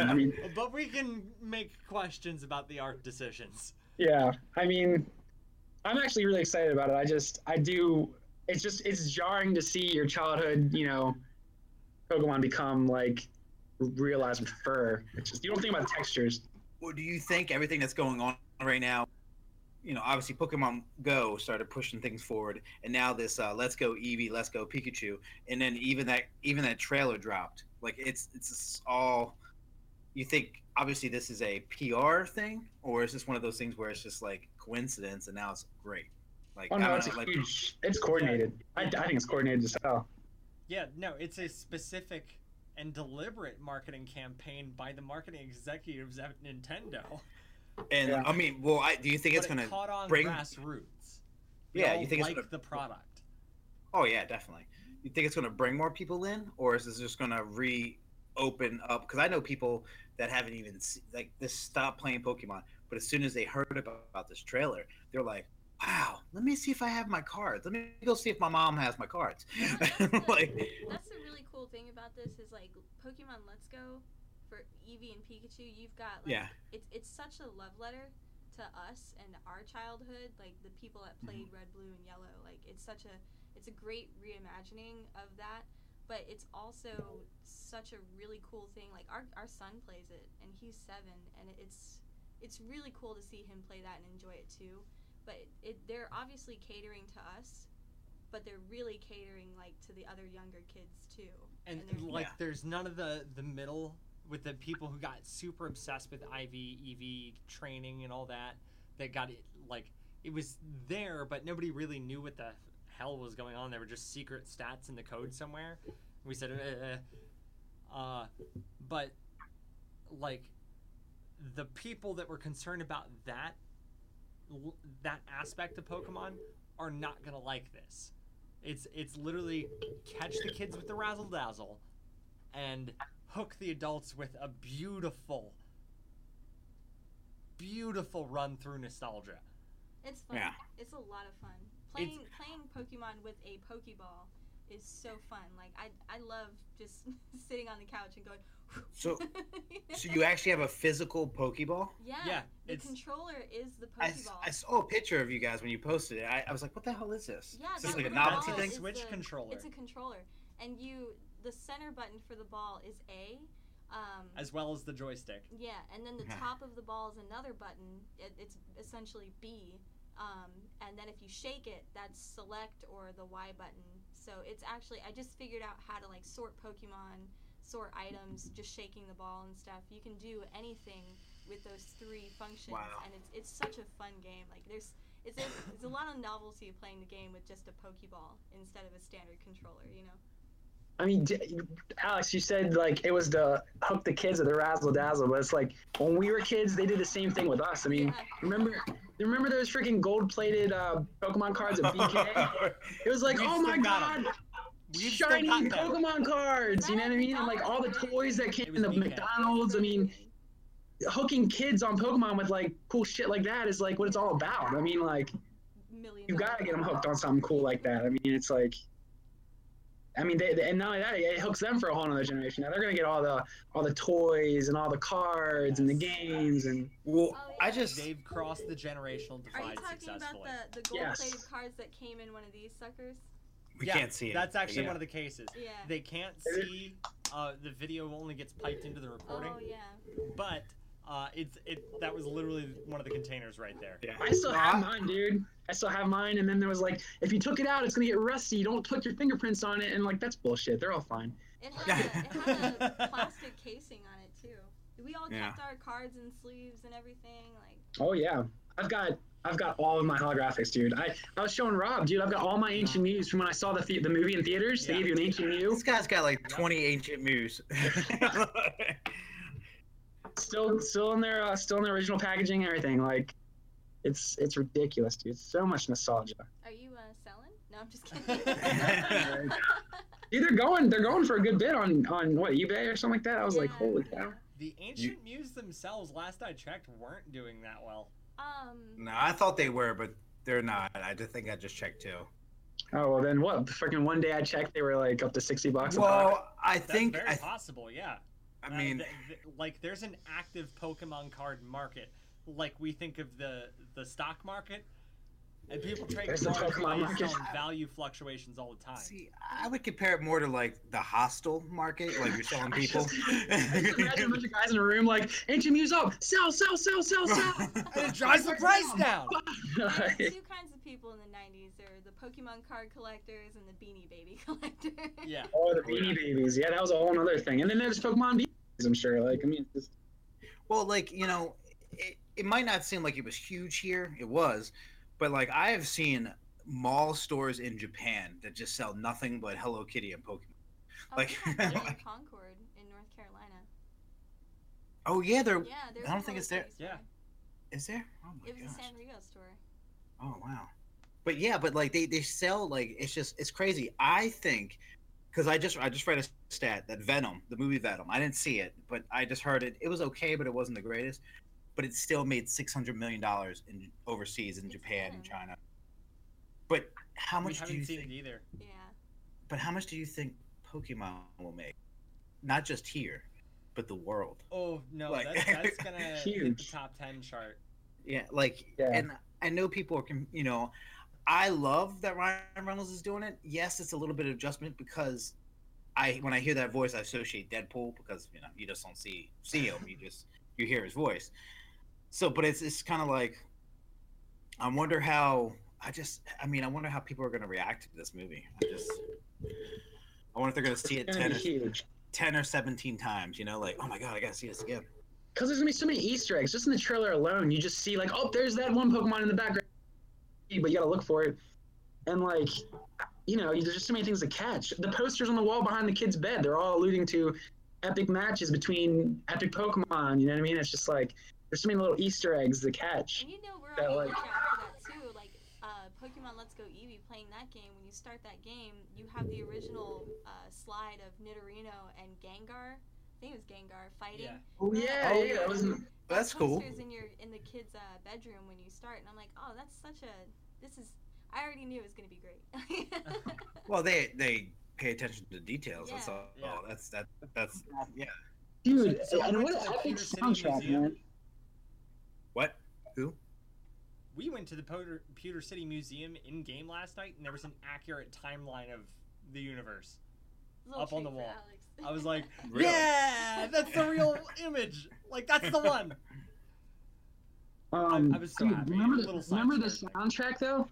[SPEAKER 2] I mean,
[SPEAKER 3] but we can make questions about the art decisions.
[SPEAKER 2] yeah. I mean, I'm actually really excited about it. I just I do. It's just it's jarring to see your childhood, you know, Pokemon become like realized with fur. It's just you don't think about the textures.
[SPEAKER 1] Well, do you think everything that's going on right now? You know, obviously Pokemon Go started pushing things forward, and now this uh, Let's Go Eevee, Let's Go Pikachu, and then even that even that trailer dropped. Like it's it's just all. You think obviously this is a PR thing, or is this one of those things where it's just like coincidence, and now it's great? Like
[SPEAKER 2] Oh
[SPEAKER 1] I
[SPEAKER 2] no,
[SPEAKER 1] don't
[SPEAKER 2] it's
[SPEAKER 1] know,
[SPEAKER 2] a
[SPEAKER 1] like
[SPEAKER 2] huge. It's coordinated. I, I think it's coordinated as hell.
[SPEAKER 3] Yeah, no, it's a specific and deliberate marketing campaign by the marketing executives at Nintendo.
[SPEAKER 1] and
[SPEAKER 2] Yeah.
[SPEAKER 1] I mean, well, I, do you think it's
[SPEAKER 3] but
[SPEAKER 1] gonna?
[SPEAKER 3] it caught on
[SPEAKER 1] bring-
[SPEAKER 3] grassroots. We
[SPEAKER 1] yeah,
[SPEAKER 3] all
[SPEAKER 1] you think
[SPEAKER 3] like
[SPEAKER 1] it's gonna?
[SPEAKER 3] the product.
[SPEAKER 1] Oh yeah, definitely. You think it's going to bring more people in, or is this just going to reopen up? Because I know people that haven't even se- like this stopped playing Pokemon, but as soon as they heard about, about this trailer, they're like, "Wow, let me see if I have my cards. Let me go see if my mom has my cards."
[SPEAKER 4] Yeah, that's
[SPEAKER 1] like,
[SPEAKER 4] That's the really cool thing about this is like Pokemon Let's Go for Eevee and Pikachu. You've got like
[SPEAKER 1] yeah,
[SPEAKER 4] it's it's such a love letter to us and our childhood like the people that played
[SPEAKER 3] Mm-hmm.
[SPEAKER 4] red blue and yellow like it's such a it's a great reimagining of that but it's also such a really cool thing like our, our son plays it and he's seven and it- it's it's really cool to see him play that and enjoy it too but it, they're obviously catering to us but they're really catering like to the other younger kids too
[SPEAKER 3] and,
[SPEAKER 4] there's-
[SPEAKER 3] like
[SPEAKER 1] Yeah.
[SPEAKER 3] there's none of the the middle with the people who got super obsessed with IV EV training and all that that got it like it was there but nobody really knew what the hell was going on there were just secret stats in the code somewhere we said uh, uh, uh but like the people that were concerned about that l- that aspect of Pokemon are not gonna like this. It's it's literally catch the kids with the razzle dazzle, and hook the adults with a beautiful, beautiful run through nostalgia.
[SPEAKER 4] It's fun.
[SPEAKER 1] Yeah.
[SPEAKER 4] It's a lot of fun. Playing playing Pokemon with a Pokeball is so fun. Like I I love just sitting on the couch and going.
[SPEAKER 1] So- so you actually have a physical Pokeball?
[SPEAKER 4] yeah,
[SPEAKER 3] yeah,
[SPEAKER 4] the
[SPEAKER 3] it's-
[SPEAKER 4] controller is the
[SPEAKER 1] I, s-
[SPEAKER 4] Pokeball.
[SPEAKER 1] I saw a picture of you guys when you posted it. I, I was like, "What the hell is this?
[SPEAKER 4] Yeah,
[SPEAKER 1] is
[SPEAKER 4] that
[SPEAKER 1] this like a
[SPEAKER 4] little
[SPEAKER 1] novelty
[SPEAKER 4] ball
[SPEAKER 1] thing?"
[SPEAKER 4] is-
[SPEAKER 3] Switch
[SPEAKER 4] the-
[SPEAKER 3] controller,
[SPEAKER 4] it's a controller, and you the center button for the ball is A. Um,
[SPEAKER 3] as well as the joystick.
[SPEAKER 4] Yeah, and then the
[SPEAKER 1] Yeah.
[SPEAKER 4] top of the ball is another button. It, it's essentially B. Um, and then if you shake it, that's select or the Y button. So it's actually I just figured out how to like sort Pokemon, sort items, just shaking the ball and stuff. You can do anything with those three functions,
[SPEAKER 1] Wow.
[SPEAKER 4] and it's it's such a fun game. Like there's It's a, it's a lot of novelty playing the game with just a Pokeball instead of a standard controller, you know?
[SPEAKER 2] I mean, d- Alex, you said like it was to hook the kids with the razzle dazzle, but it's like when we were kids, they did the same thing with us. I mean,
[SPEAKER 4] Yeah.
[SPEAKER 2] remember remember those freaking gold plated uh, Pokemon cards at BK? It was like,
[SPEAKER 3] We've
[SPEAKER 2] oh my
[SPEAKER 3] still got 'em.
[SPEAKER 2] god,
[SPEAKER 3] We've still
[SPEAKER 2] shiny
[SPEAKER 3] got them.
[SPEAKER 2] Pokemon cards. You know what I mean? And like all the toys that
[SPEAKER 3] It
[SPEAKER 2] came
[SPEAKER 3] was
[SPEAKER 2] in the
[SPEAKER 3] weekend.
[SPEAKER 2] McDonald's. I mean, hooking kids on Pokemon with like cool shit like that is like what it's all about. I mean, like
[SPEAKER 4] million.
[SPEAKER 2] you gotta get them hooked on something cool like that. I mean, it's like, I mean, they, they- and not only that, it hooks them for a whole nother generation. Now they're gonna get all the all the toys and all the cards and the games and
[SPEAKER 5] Well,
[SPEAKER 4] Oh,
[SPEAKER 5] I
[SPEAKER 4] yeah.
[SPEAKER 5] just
[SPEAKER 3] They've crossed the generational
[SPEAKER 4] Are you
[SPEAKER 3] divide
[SPEAKER 4] talking about
[SPEAKER 3] successfully.
[SPEAKER 4] the, the gold plated
[SPEAKER 2] Yes.
[SPEAKER 4] cards that came in one of these suckers?
[SPEAKER 5] we
[SPEAKER 3] Yeah,
[SPEAKER 5] can't see it.
[SPEAKER 3] That's actually
[SPEAKER 5] Yeah.
[SPEAKER 3] one of the cases.
[SPEAKER 4] Yeah.
[SPEAKER 3] They can't see. Uh, the video only gets piped into the recording,
[SPEAKER 4] Oh, yeah.
[SPEAKER 3] but uh, it's it. That was literally one of the containers right there.
[SPEAKER 2] I still have
[SPEAKER 1] Nah.
[SPEAKER 2] mine, dude. I still have mine. And then there was like, if you took it out, it's gonna get rusty. You don't put your fingerprints on it. And like, that's bullshit. They're all fine.
[SPEAKER 4] It had, a, it had a plastic casing on it too. We all
[SPEAKER 1] Yeah.
[SPEAKER 4] kept our cards and sleeves and everything. Like
[SPEAKER 2] Oh yeah, I've got I've got all of my holographics, dude. I I was showing Rob, dude. I've got all my ancient news from when I saw the the, the movie in theaters.
[SPEAKER 3] Yeah.
[SPEAKER 2] They gave you an ancient new.
[SPEAKER 1] This guy's got like 20 ancient moves.
[SPEAKER 2] Still still in their uh, still in their original packaging and everything. Like, it's it's ridiculous, dude. So much nostalgia.
[SPEAKER 4] are you uh, selling? No, I'm just
[SPEAKER 3] Right.
[SPEAKER 4] kidding.
[SPEAKER 2] Dude, they're going they're going for a good bit on on what eBay or something like that. I was like,
[SPEAKER 4] Yeah.
[SPEAKER 2] holy cow.
[SPEAKER 3] The ancient muse themselves, last I checked, weren't doing that well.
[SPEAKER 4] Um,
[SPEAKER 1] no, I thought they were, but they're not. I just think I just checked too.
[SPEAKER 2] Oh well, then what? Fucking one day I checked, they were like up to sixty bucks. a pop.
[SPEAKER 1] Well, I
[SPEAKER 3] That's
[SPEAKER 1] think
[SPEAKER 3] very
[SPEAKER 1] I,
[SPEAKER 3] possible. Yeah.
[SPEAKER 1] I
[SPEAKER 3] Uh,
[SPEAKER 1] mean,
[SPEAKER 3] th- th- like, there's an active Pokemon card market. Like we think of the the stock market, and people trade
[SPEAKER 2] There's
[SPEAKER 3] cards
[SPEAKER 2] the Pokemon
[SPEAKER 3] based
[SPEAKER 2] market.
[SPEAKER 3] on value fluctuations all the time.
[SPEAKER 1] see, I would compare it more to like the hostile market, like you're selling
[SPEAKER 2] I
[SPEAKER 1] people.
[SPEAKER 2] just- I just imagine a bunch of guys in a room like, ancient muse up, sell, sell, sell, sell, sell.
[SPEAKER 3] And it drives the price down.
[SPEAKER 4] there's
[SPEAKER 2] Like,
[SPEAKER 4] two kinds of people in the '90s. There are the Pokemon card collectors and the Beanie Baby collectors.
[SPEAKER 3] Yeah.
[SPEAKER 2] oh, the Beanie Babies. Yeah, that was a whole other thing. And then there's Pokemon Beanies, I'm sure. Like, I mean, it's just,
[SPEAKER 1] Well, like you know, it, it might not seem like it was huge here. It was, but like I have seen mall stores in Japan that just sell nothing but Hello Kitty and Pokemon.
[SPEAKER 4] Oh,
[SPEAKER 1] Like-
[SPEAKER 4] we had one in
[SPEAKER 1] like-
[SPEAKER 4] Concord in North Carolina.
[SPEAKER 1] Oh yeah, there is
[SPEAKER 4] Yeah, there's.
[SPEAKER 1] I don't think it's there-
[SPEAKER 3] Yeah.
[SPEAKER 1] there. Oh my
[SPEAKER 4] It was a
[SPEAKER 1] gosh.
[SPEAKER 4] San Diego store.
[SPEAKER 1] Oh wow. But yeah, but like they, they sell like it's just it's crazy. I think because I just I just read a stat that Venom, the movie Venom, I didn't see it, but I just heard it. It was okay, but it wasn't the greatest. But it still made six hundred million dollars in overseas in
[SPEAKER 4] It's
[SPEAKER 1] Japan and
[SPEAKER 4] Venom.
[SPEAKER 1] China. But how
[SPEAKER 3] We
[SPEAKER 1] much do
[SPEAKER 3] haven't
[SPEAKER 1] you
[SPEAKER 3] seen
[SPEAKER 1] think?
[SPEAKER 3] it either.
[SPEAKER 4] Yeah.
[SPEAKER 1] But how much do you think Pokemon will make? Not just here, but the world.
[SPEAKER 3] Oh no,
[SPEAKER 1] Like-
[SPEAKER 3] that's, that's gonna hit the
[SPEAKER 2] Huge.
[SPEAKER 3] top ten chart.
[SPEAKER 1] Yeah, like,
[SPEAKER 2] Yeah.
[SPEAKER 1] and I know people are, com- you know, I love that Ryan Reynolds is doing it. Yes, it's a little bit of adjustment because I, when I hear that voice, I associate Deadpool because you know you just don't see see him, you just you hear his voice. So, but it's it's kind of like, I wonder how I just, I mean, I wonder how people are going to react to this movie. I just, I wonder if they're going to see it
[SPEAKER 2] it's gonna
[SPEAKER 1] ten
[SPEAKER 2] be
[SPEAKER 1] or,
[SPEAKER 2] huge.
[SPEAKER 1] ten or seventeen times. You know, like, oh my god, I got to see this again.
[SPEAKER 2] Because there's gonna be so many Easter eggs. Just in the trailer alone, you just see like, oh, there's that one Pokemon in the background, but you gotta look for it. And like, you know, there's just so many things to catch. The posters on the wall behind the kid's bed, they're all alluding to epic matches between epic Pokemon. You know what I mean? It's just like there's so many little Easter eggs to catch.
[SPEAKER 4] And you know we're
[SPEAKER 2] That,
[SPEAKER 4] on the
[SPEAKER 2] like-
[SPEAKER 4] lookout for that too. Like uh, Pokemon Let's Go Eevee, playing that game. When you start that game, you have the original uh, slide of Nidorino and Gengar. I think it was Gengar fighting.
[SPEAKER 3] Yeah.
[SPEAKER 2] Oh yeah,
[SPEAKER 1] Oh,
[SPEAKER 2] yeah, that was
[SPEAKER 4] That
[SPEAKER 1] That's cool.
[SPEAKER 4] poster's in your in the kid's uh, bedroom when you start, and I'm like, oh, that's such a. This is. I already knew it was gonna be great.
[SPEAKER 1] Well, they they pay attention to details. That's
[SPEAKER 4] Yeah.
[SPEAKER 1] all.
[SPEAKER 3] Yeah.
[SPEAKER 1] That's that. That's yeah.
[SPEAKER 2] dude.
[SPEAKER 3] So- so I
[SPEAKER 2] and
[SPEAKER 3] went
[SPEAKER 2] what
[SPEAKER 3] to
[SPEAKER 2] an
[SPEAKER 3] the
[SPEAKER 2] epic
[SPEAKER 3] Computer City
[SPEAKER 2] soundtrack,
[SPEAKER 3] Museum.
[SPEAKER 2] man.
[SPEAKER 1] What? Who?
[SPEAKER 3] We went to the Poter- Pewter City Museum in game last night, and there was an accurate timeline of the universe.
[SPEAKER 4] Little
[SPEAKER 3] Up on the
[SPEAKER 4] treat for
[SPEAKER 3] wall.
[SPEAKER 4] Alex.
[SPEAKER 3] I was like,
[SPEAKER 1] Really?
[SPEAKER 3] yeah, that's the real image. Like that's the one.
[SPEAKER 2] Um,
[SPEAKER 3] I- I was so
[SPEAKER 2] dude,
[SPEAKER 3] happy.
[SPEAKER 2] Remember, the-
[SPEAKER 3] Little side
[SPEAKER 2] remember the
[SPEAKER 3] story.
[SPEAKER 2] soundtrack though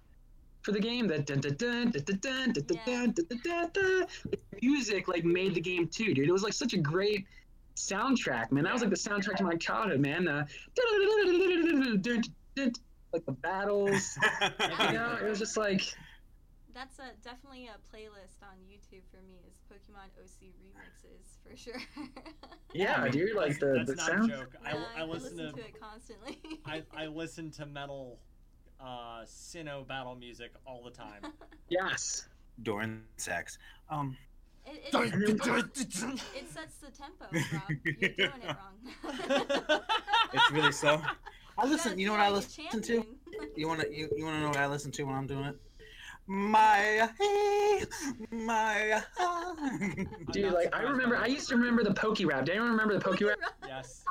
[SPEAKER 2] for the game. That dun, dun, dun, dun, dun, dun, dun, dun,
[SPEAKER 4] Yeah.
[SPEAKER 2] dun, dun, dun, dun. The music like made the game too, dude. It was like such a great soundtrack, man. That was like the soundtrack to my childhood, man. Uh, dun, dun, dun, dun, dun, dun, dun, dun, dun, dun, dun, like the battles. you know, it was just like
[SPEAKER 4] That's a, definitely a playlist on YouTube for me is Pokemon OC remixes for sure.
[SPEAKER 2] yeah,
[SPEAKER 3] I mean,
[SPEAKER 2] dude, like the
[SPEAKER 3] that's
[SPEAKER 2] the
[SPEAKER 3] not
[SPEAKER 2] sound.
[SPEAKER 3] a joke. I,
[SPEAKER 4] Yeah,
[SPEAKER 3] I, listen to,
[SPEAKER 4] it constantly.
[SPEAKER 3] I, I listen to metal, uh, Sinnoh battle music all the time.
[SPEAKER 2] Yes.
[SPEAKER 1] Doran sex. Um,
[SPEAKER 4] It, it, it sets the tempo, Rob. You're doing it wrong.
[SPEAKER 1] it's really so. I listen.
[SPEAKER 4] Gotta
[SPEAKER 1] You know
[SPEAKER 4] be
[SPEAKER 1] what I
[SPEAKER 4] like a
[SPEAKER 1] listen to?
[SPEAKER 4] champion.
[SPEAKER 1] You wanna you, you wanna know what I listen to when I'm doing it? My my.
[SPEAKER 3] not
[SPEAKER 2] Dude, like I
[SPEAKER 3] surprised by
[SPEAKER 2] remember
[SPEAKER 3] that.
[SPEAKER 2] I used to remember the Poke Rap. Did anyone remember the Poke Rap?
[SPEAKER 3] yes.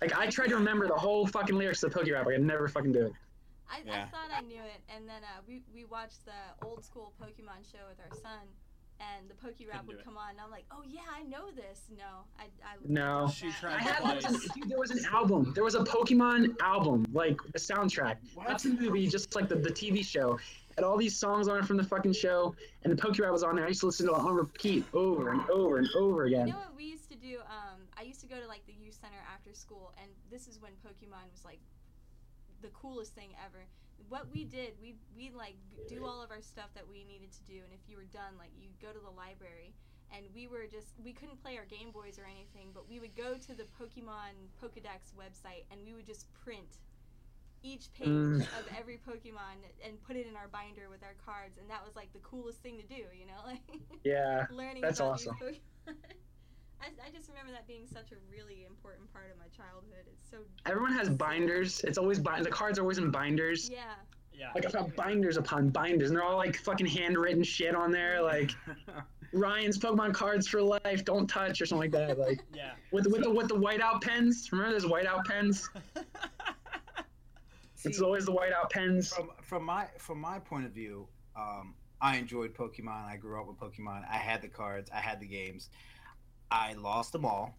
[SPEAKER 2] Like I tried to remember the whole fucking lyrics of the Poke Rap. I could never fucking do it.
[SPEAKER 4] I, I
[SPEAKER 1] Yeah.
[SPEAKER 4] thought I knew it, and then uh, we we watched the old school Pokemon show with our son, and the Poke Rap
[SPEAKER 3] Couldn't do
[SPEAKER 4] would
[SPEAKER 3] it.
[SPEAKER 4] come on, and I'm like, oh yeah, I know this. No, I I
[SPEAKER 2] No.
[SPEAKER 3] She tried
[SPEAKER 2] Oh. I
[SPEAKER 3] to
[SPEAKER 2] had
[SPEAKER 3] play-
[SPEAKER 2] like, some- dude, there was an album. There was a Pokemon album, like a soundtrack. Not
[SPEAKER 1] What?
[SPEAKER 2] the movie, just like the, the TV show. And all these songs on it from the fucking show, and the Poke Rap was on there. I used to listen to it on repeat over and over and over
[SPEAKER 4] You
[SPEAKER 2] again.
[SPEAKER 4] know what we used to do? Um, I used to go to like the youth center after school, and this is when Pokemon was like the coolest thing ever. What we did, we we like do all of our stuff that we needed to do, and if you were done, like you go to the library, and we were just we couldn't play our Game Boys or anything, but we would go to the Pokemon Pokedex website, and we would just print each page
[SPEAKER 2] Mm.
[SPEAKER 4] of every Pokemon and put it in our binder with our cards, and that was like the coolest thing to do, you know, like.
[SPEAKER 2] Yeah.
[SPEAKER 4] learning
[SPEAKER 2] That's
[SPEAKER 4] about these
[SPEAKER 2] awesome.
[SPEAKER 4] Pokemon. I, I just remember that being such a really important part of my childhood. It's so
[SPEAKER 2] Everyone has binders. It's always bind. The cards are always in binders.
[SPEAKER 4] yeah.
[SPEAKER 3] Yeah.
[SPEAKER 2] Like I've got binders upon binders, and they're all like fucking handwritten shit on there, like Ryan's Pokemon cards for life, don't touch or something like that. Like
[SPEAKER 3] Yeah.
[SPEAKER 2] with with the with the whiteout pens. Remember those whiteout pens? It's
[SPEAKER 1] See,
[SPEAKER 2] always the whiteout pens.
[SPEAKER 1] from from my from my point of view, um, I enjoyed Pokemon. I grew up with Pokemon. I had the cards. I had the games. I lost them all,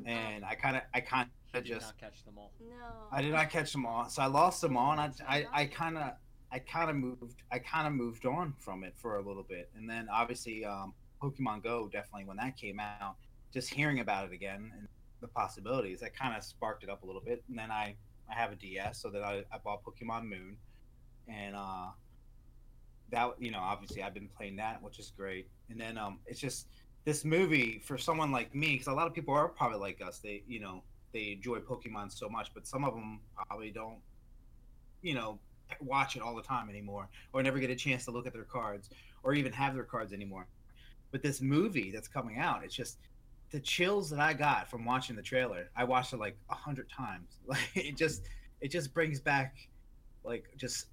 [SPEAKER 4] Uh-huh.
[SPEAKER 1] and I kind of I kind
[SPEAKER 3] I
[SPEAKER 1] of
[SPEAKER 3] did
[SPEAKER 1] just
[SPEAKER 3] not catch them all.
[SPEAKER 4] No.
[SPEAKER 1] I did not catch them all, so I lost them all, and I I, I kind of I kind of moved I kind of moved on from it for a little bit, and then obviously um, Pokemon Go definitely when that came out, just hearing about it again and the possibilities that kind of sparked it up a little bit, and then I I have a DS, so then I, I bought Pokemon Moon, and uh, that you know obviously I've been playing that, which is great, and then um it's just this movie for someone like me because a lot of people are probably like us they you know they enjoy Pokemon so much, but some of them probably don't, you know, watch it all the time anymore, or never get a chance to look at their cards, or even have their cards anymore. But this movie that's coming out, it's just the chills that I got from watching the trailer. I watched it like a hundred times. Like it just, it just brings back, like just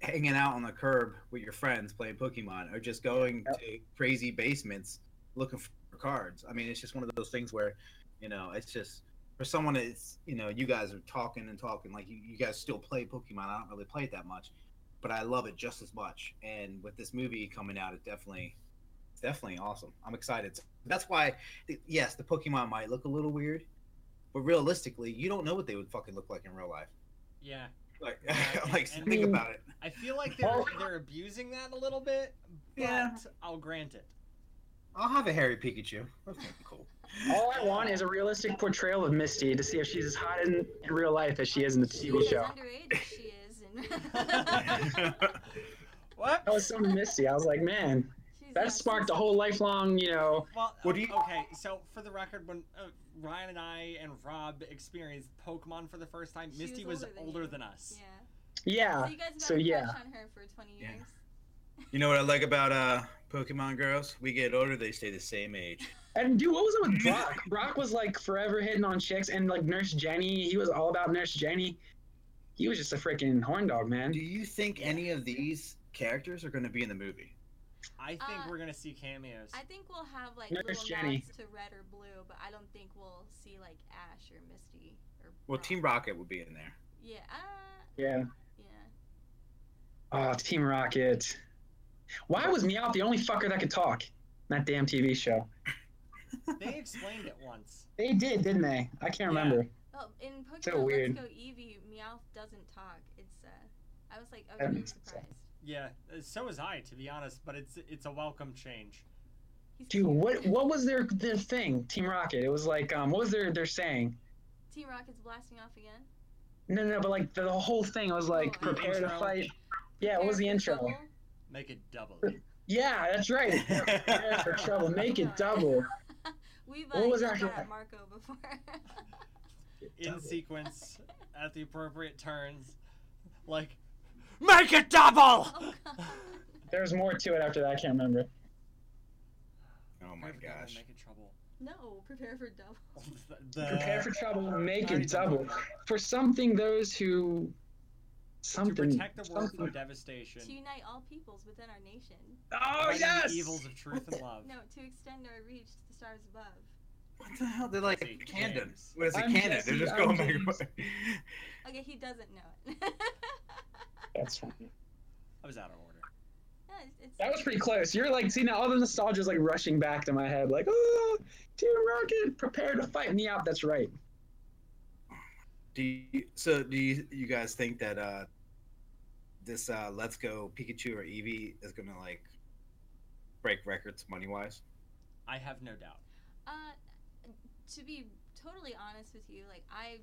[SPEAKER 1] hanging out on the curb with your friends playing Pokemon, or just going
[SPEAKER 2] Yep.
[SPEAKER 1] to crazy basements looking for cards. I mean, it's just one of those things where, you know, it's just for someone that's you know you guys are talking and talking like you, you guys still play pokemon i don't really play it that much but i love it just as much and with this movie coming out it definitely it's definitely awesome i'm excited that's why th- yes the pokemon might look a little weird but realistically you don't know what they would fucking look like in real life
[SPEAKER 3] Yeah.
[SPEAKER 1] like
[SPEAKER 3] Yeah,
[SPEAKER 1] like
[SPEAKER 3] and-
[SPEAKER 1] think about it
[SPEAKER 3] I feel like they're
[SPEAKER 2] Oh.
[SPEAKER 3] they're abusing that a little bit, but
[SPEAKER 1] Yeah.
[SPEAKER 3] I'll grant it.
[SPEAKER 1] i'll have a hairy pikachu that's fucking cool
[SPEAKER 2] All I want is a realistic portrayal of Misty to see if she's as hot in, in real life as she is in the
[SPEAKER 4] She
[SPEAKER 2] TV
[SPEAKER 4] is
[SPEAKER 2] show.
[SPEAKER 4] underage. if She is. And
[SPEAKER 3] What?
[SPEAKER 2] That was so Misty. I was like, man,
[SPEAKER 4] She's
[SPEAKER 2] that
[SPEAKER 4] not-
[SPEAKER 2] sparked a whole lifelong, you know.
[SPEAKER 3] Well,
[SPEAKER 1] What do you-
[SPEAKER 3] okay, so for the record, when uh, Ryan and I and Rob experienced Pokemon for the first time,
[SPEAKER 4] She
[SPEAKER 3] Misty was
[SPEAKER 4] was
[SPEAKER 3] older,
[SPEAKER 4] older than you.
[SPEAKER 3] than us.
[SPEAKER 4] Yeah.
[SPEAKER 2] Yeah.
[SPEAKER 4] So you guys have
[SPEAKER 2] so
[SPEAKER 4] had a
[SPEAKER 2] yeah.
[SPEAKER 4] crush on her for 20
[SPEAKER 1] Yeah.
[SPEAKER 4] years.
[SPEAKER 1] you know what i like about uh pokemon girls we get older they stay the same age
[SPEAKER 2] And dude, what was it with Brock? Brock was like forever hitting on chicks, and like Nurse Jenny, he was all about Nurse Jenny. He was just a freaking horn dog,
[SPEAKER 1] do
[SPEAKER 2] man.
[SPEAKER 1] you think any of these characters are going to be in the movie
[SPEAKER 3] I think
[SPEAKER 4] Uh,
[SPEAKER 3] we're gonna see cameos.
[SPEAKER 4] I think we'll have like
[SPEAKER 2] Nurse
[SPEAKER 4] little
[SPEAKER 2] Jenny.
[SPEAKER 4] nods to red or blue, but I don't think we'll see like Ash or Misty or.
[SPEAKER 1] Well,
[SPEAKER 4] Brock.
[SPEAKER 1] Team Rocket would be in there.
[SPEAKER 4] Yeah. Uh,
[SPEAKER 2] Yeah.
[SPEAKER 4] yeah.
[SPEAKER 2] Oh, Team Rocket. Why was Meowth the only fucker that could talk? in That damn TV show.
[SPEAKER 3] they explained it once.
[SPEAKER 2] They did, didn't they? I can't remember.
[SPEAKER 4] Oh, in Pokemon
[SPEAKER 2] weird.
[SPEAKER 4] Let's Go Eevee, Meowth doesn't talk. It's uh, I was like,
[SPEAKER 2] That
[SPEAKER 4] okay, I'm
[SPEAKER 2] makes sense.
[SPEAKER 4] surprised.
[SPEAKER 3] Yeah, uh, so was I, to be honest. But it's it's a welcome change.
[SPEAKER 4] He's
[SPEAKER 2] Dude,
[SPEAKER 4] cute.
[SPEAKER 2] what what was their their thing? Team Rocket. It was like um, what was their their saying?
[SPEAKER 4] Team Rocket's blasting off again.
[SPEAKER 2] No, no, but like the whole thing, I was like,
[SPEAKER 4] Oh, the
[SPEAKER 2] prepare to
[SPEAKER 3] intro?
[SPEAKER 2] fight. Yeah, what was the intro?
[SPEAKER 4] Double?
[SPEAKER 3] Make it double.
[SPEAKER 2] Yeah, that's right. Prepare for trouble, make it double.
[SPEAKER 4] We've uh,
[SPEAKER 2] What was
[SPEAKER 4] yelled
[SPEAKER 2] actually-
[SPEAKER 4] that at Marco before.
[SPEAKER 3] In sequence, at the appropriate turns. Like, make it double!
[SPEAKER 4] oh god.
[SPEAKER 2] There was more to it after that. I can't remember.
[SPEAKER 1] Oh my
[SPEAKER 3] Prepare for double,
[SPEAKER 1] gosh.
[SPEAKER 3] Make it trouble.
[SPEAKER 4] No, prepare for double.
[SPEAKER 3] The-
[SPEAKER 2] Prepare for trouble, make
[SPEAKER 3] already
[SPEAKER 2] it
[SPEAKER 3] done
[SPEAKER 2] double.
[SPEAKER 3] that.
[SPEAKER 2] For something, those who
[SPEAKER 3] To
[SPEAKER 2] something.
[SPEAKER 3] protect the world
[SPEAKER 2] something.
[SPEAKER 3] from devastation.
[SPEAKER 4] To unite all peoples within our nation.
[SPEAKER 2] Oh
[SPEAKER 3] fighting the
[SPEAKER 2] yes!
[SPEAKER 3] Evils of truth and love.
[SPEAKER 4] No, to extend our reach to the stars above.
[SPEAKER 1] What the hell? They're like
[SPEAKER 3] Jesse James.
[SPEAKER 1] tandems. What is a
[SPEAKER 2] I'm
[SPEAKER 1] candom? They're
[SPEAKER 2] Jesse,
[SPEAKER 1] just
[SPEAKER 2] I'm
[SPEAKER 1] going back and
[SPEAKER 2] James.
[SPEAKER 1] forth.
[SPEAKER 4] Okay, he doesn't know it.
[SPEAKER 2] That's fine.
[SPEAKER 3] I was out of order.
[SPEAKER 4] No, it's- it's-
[SPEAKER 2] That was pretty close. You're like, see now all the nostalgia is like rushing back to my head. Like, oh, Team Rocket, prepare to fight me out. That's right.
[SPEAKER 1] Do you, so? Do you you guys think that uh, this uh, Let's Go Pikachu or Eevee is gonna like break records money wise?
[SPEAKER 3] I have no doubt.
[SPEAKER 4] Uh, to be totally honest with you, like I,